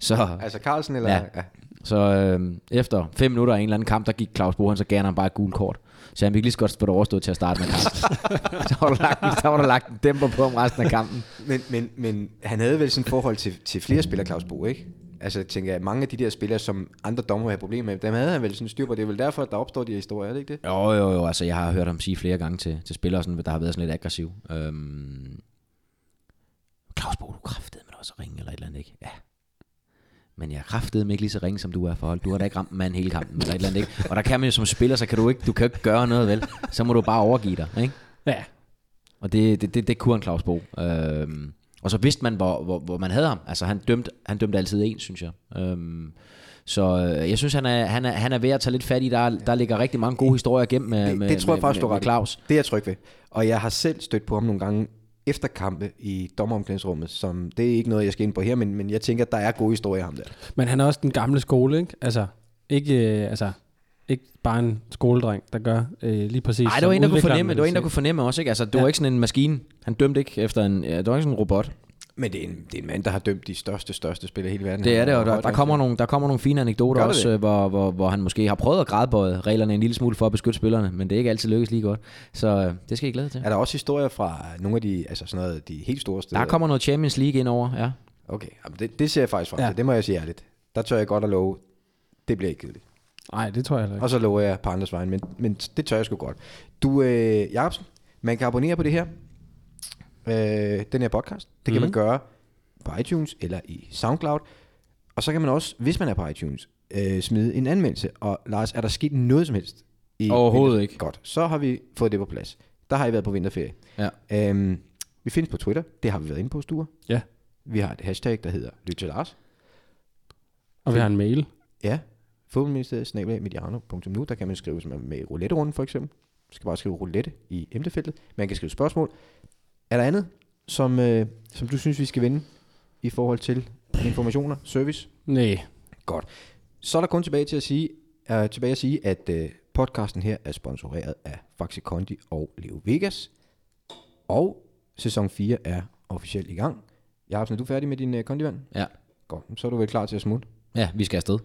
Så,
Altså Carlsen eller...
ja. ja. Så øh, efter fem minutter af en eller anden kamp, der gik Claus Bohan, så gav han ham bare et gult kort. Så han ville lige så godt få det overstået til at starte med kampen. så var der lagt, der var der lagt en dæmper på ham resten af kampen.
Men, men, men han havde vel sådan et forhold til, til flere spillere, Claus Bo, ikke? Altså, jeg tænker jeg, mange af de der spillere, som andre dommer havde problemer med, dem havde han vel sådan styr på. Det er vel derfor, at der opstår de her historier, er det ikke det?
Jo, jo, jo. Altså, jeg har hørt ham sige flere gange til, til spillere, sådan, der har været sådan lidt aggressiv. Øhm, Claus Bo, du kraftede med også ringe eller et eller andet, ikke? Ja. Men jeg kraftede mig ikke lige så ringe, som du er for hold. Du har da ikke ramt en mand hele kampen eller et eller andet, ikke? Og der kan man jo som spiller, så kan du ikke, du kan jo ikke gøre noget, vel? Så må du bare overgive dig, ikke?
Ja.
Og det, det, det, det kunne han Claus Bo. Øhm, og så vidste man, hvor, hvor, hvor man havde ham. Altså, han dømte, han dømte altid en, synes jeg. Øhm, så øh, jeg synes, han er, han, er, han er ved at tage lidt fat i. Der, der ligger rigtig mange gode historier gennem med,
det,
med,
det tror jeg
med,
faktisk,
med,
du har
med
ret i.
Claus.
Det er jeg tryg ved. Og jeg har selv stødt på ham nogle gange efter kampe i dommeromklædningsrummet, som det er ikke noget, jeg skal ind på her, men, men jeg tænker, at der er gode historier af ham der.
Men han er også den gamle skole, ikke? Altså, ikke, øh, altså, ikke bare en skoledreng, der gør øh, lige præcis...
Nej, det
som
var en, der kunne
udvikleren
fornemme, det var en, der
vil
kunne
se.
fornemme også, ikke? Altså, det
Ja.
var ikke sådan en maskine. Han dømte ikke efter en, ja, det var ikke sådan en robot.
Men det er en, det er en mand, der har dømt de største, største spillere i hele verden.
Det er
Han
det, og der,
højt
der,
rang.
kommer, nogle, der kommer nogle fine anekdoter
Gør det
også,
det?
øh, hvor, hvor, hvor han måske har prøvet at grædbøje reglerne en lille smule for at beskytte spillerne, men det er ikke altid lykkes lige godt. Så øh, det skal I glæde jer til.
Er der også historier fra nogle af de, altså sådan noget, de helt store steder?
Der kommer noget Champions League ind over, ja.
Okay, jamen det, det ser jeg faktisk frem til.
Ja.
Ja. Det må jeg sige ærligt. Der tør jeg godt at love, det bliver ikke kedeligt.
Nej, det tror jeg heller ikke.
Og så lover jeg på andres vejen, men, men det tør jeg sgu godt. Du, øh, Jacobsen, man kan abonnere på det her, øh, den her podcast. Det kan
Mhm.
mm. man gøre på iTunes eller i SoundCloud. Og så kan man også, hvis man er på iTunes, øh, smide en anmeldelse. Og Lars, er der sket noget som helst? I
Overhovedet
vinter-
ikke.
Godt, så har vi fået det på plads. Der har I været på vinterferie.
Ja.
Øhm, vi findes på Twitter, det har vi været inde på, Sture.
Ja.
Vi har et hashtag, der hedder Lyt til Lars.
Og vi har en mail.
Ja, fodboldministeriet snabelagmediano.nu, der kan man skrive, hvis man er med i roulette-runden for eksempel. Man skal bare skrive roulette i emnefeltet. Man kan skrive spørgsmål. Er der andet, som, øh, som du synes, vi skal vende i forhold til informationer, service?
Nej.
Godt. Så er der kun tilbage til at sige, øh, tilbage at, sige at øh, podcasten her er sponsoreret af Faxe Kondi og Leo Vegas. Og sæson 4 er officielt i gang. Jacobsen, er du færdig med din øh, kondivand?
Ja.
Godt, så er du vel klar til at smutte?
Ja, vi skal afsted.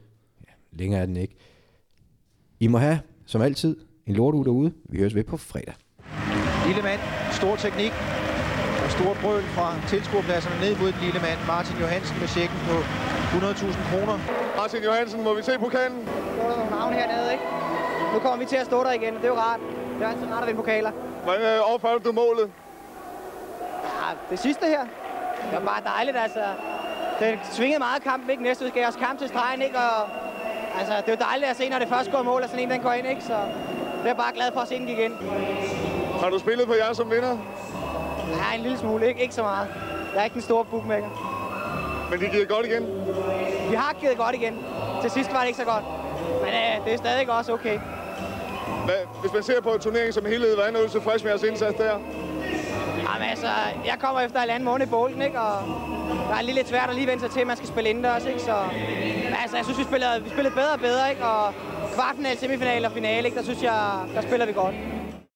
Længere er den ikke. I må have, som altid, en lortuge derude. Vi høres ved på fredag.
Lille mand, stor teknik og stor brøl fra tilskuerpladserne ned mod den lille mand. Martin Johansen med checken på 100.000 kroner. Martin Johansen, må vi se pokalen?
Der var nogle navne hernede, ikke? Nu kommer vi til at stå der igen, det er jo rart. Det er altid rart at vinde pokaler.
Hvordan øh, opholdt du målet?
Ja, det sidste her, det var bare dejligt, altså. Det svingede meget kampen, ikke? Næste udgave også kamp til stregen, ikke? Og, altså, det er jo dejligt at se, når det første går i mål, og sådan en, den går ind, ikke? Så det er jeg bare glad for at se, den gik ind.
Har du spillet på jer som vinder?
Ja, en lille smule, ikke? Ikke så meget. Jeg er ikke den store bookmaker.
Men det giver godt igen.
Vi har givet godt igen. Til sidst var det ikke så godt. Men øh, det er stadig også okay.
Hvad, hvis man ser på turneringen som helhed, hvordan er du tilfreds med jeres indsats der?
Jamen altså, jeg kommer efter halvanden måned i bolden, ikke? Og der er lige lidt svært at lige vende sig til, at man skal spille indendørs, ikke? Så, men altså, jeg synes, vi spillede, vi spillede bedre og bedre, ikke? Og kvartfinal, semifinal og finale, ikke? Der synes jeg, der spiller vi godt.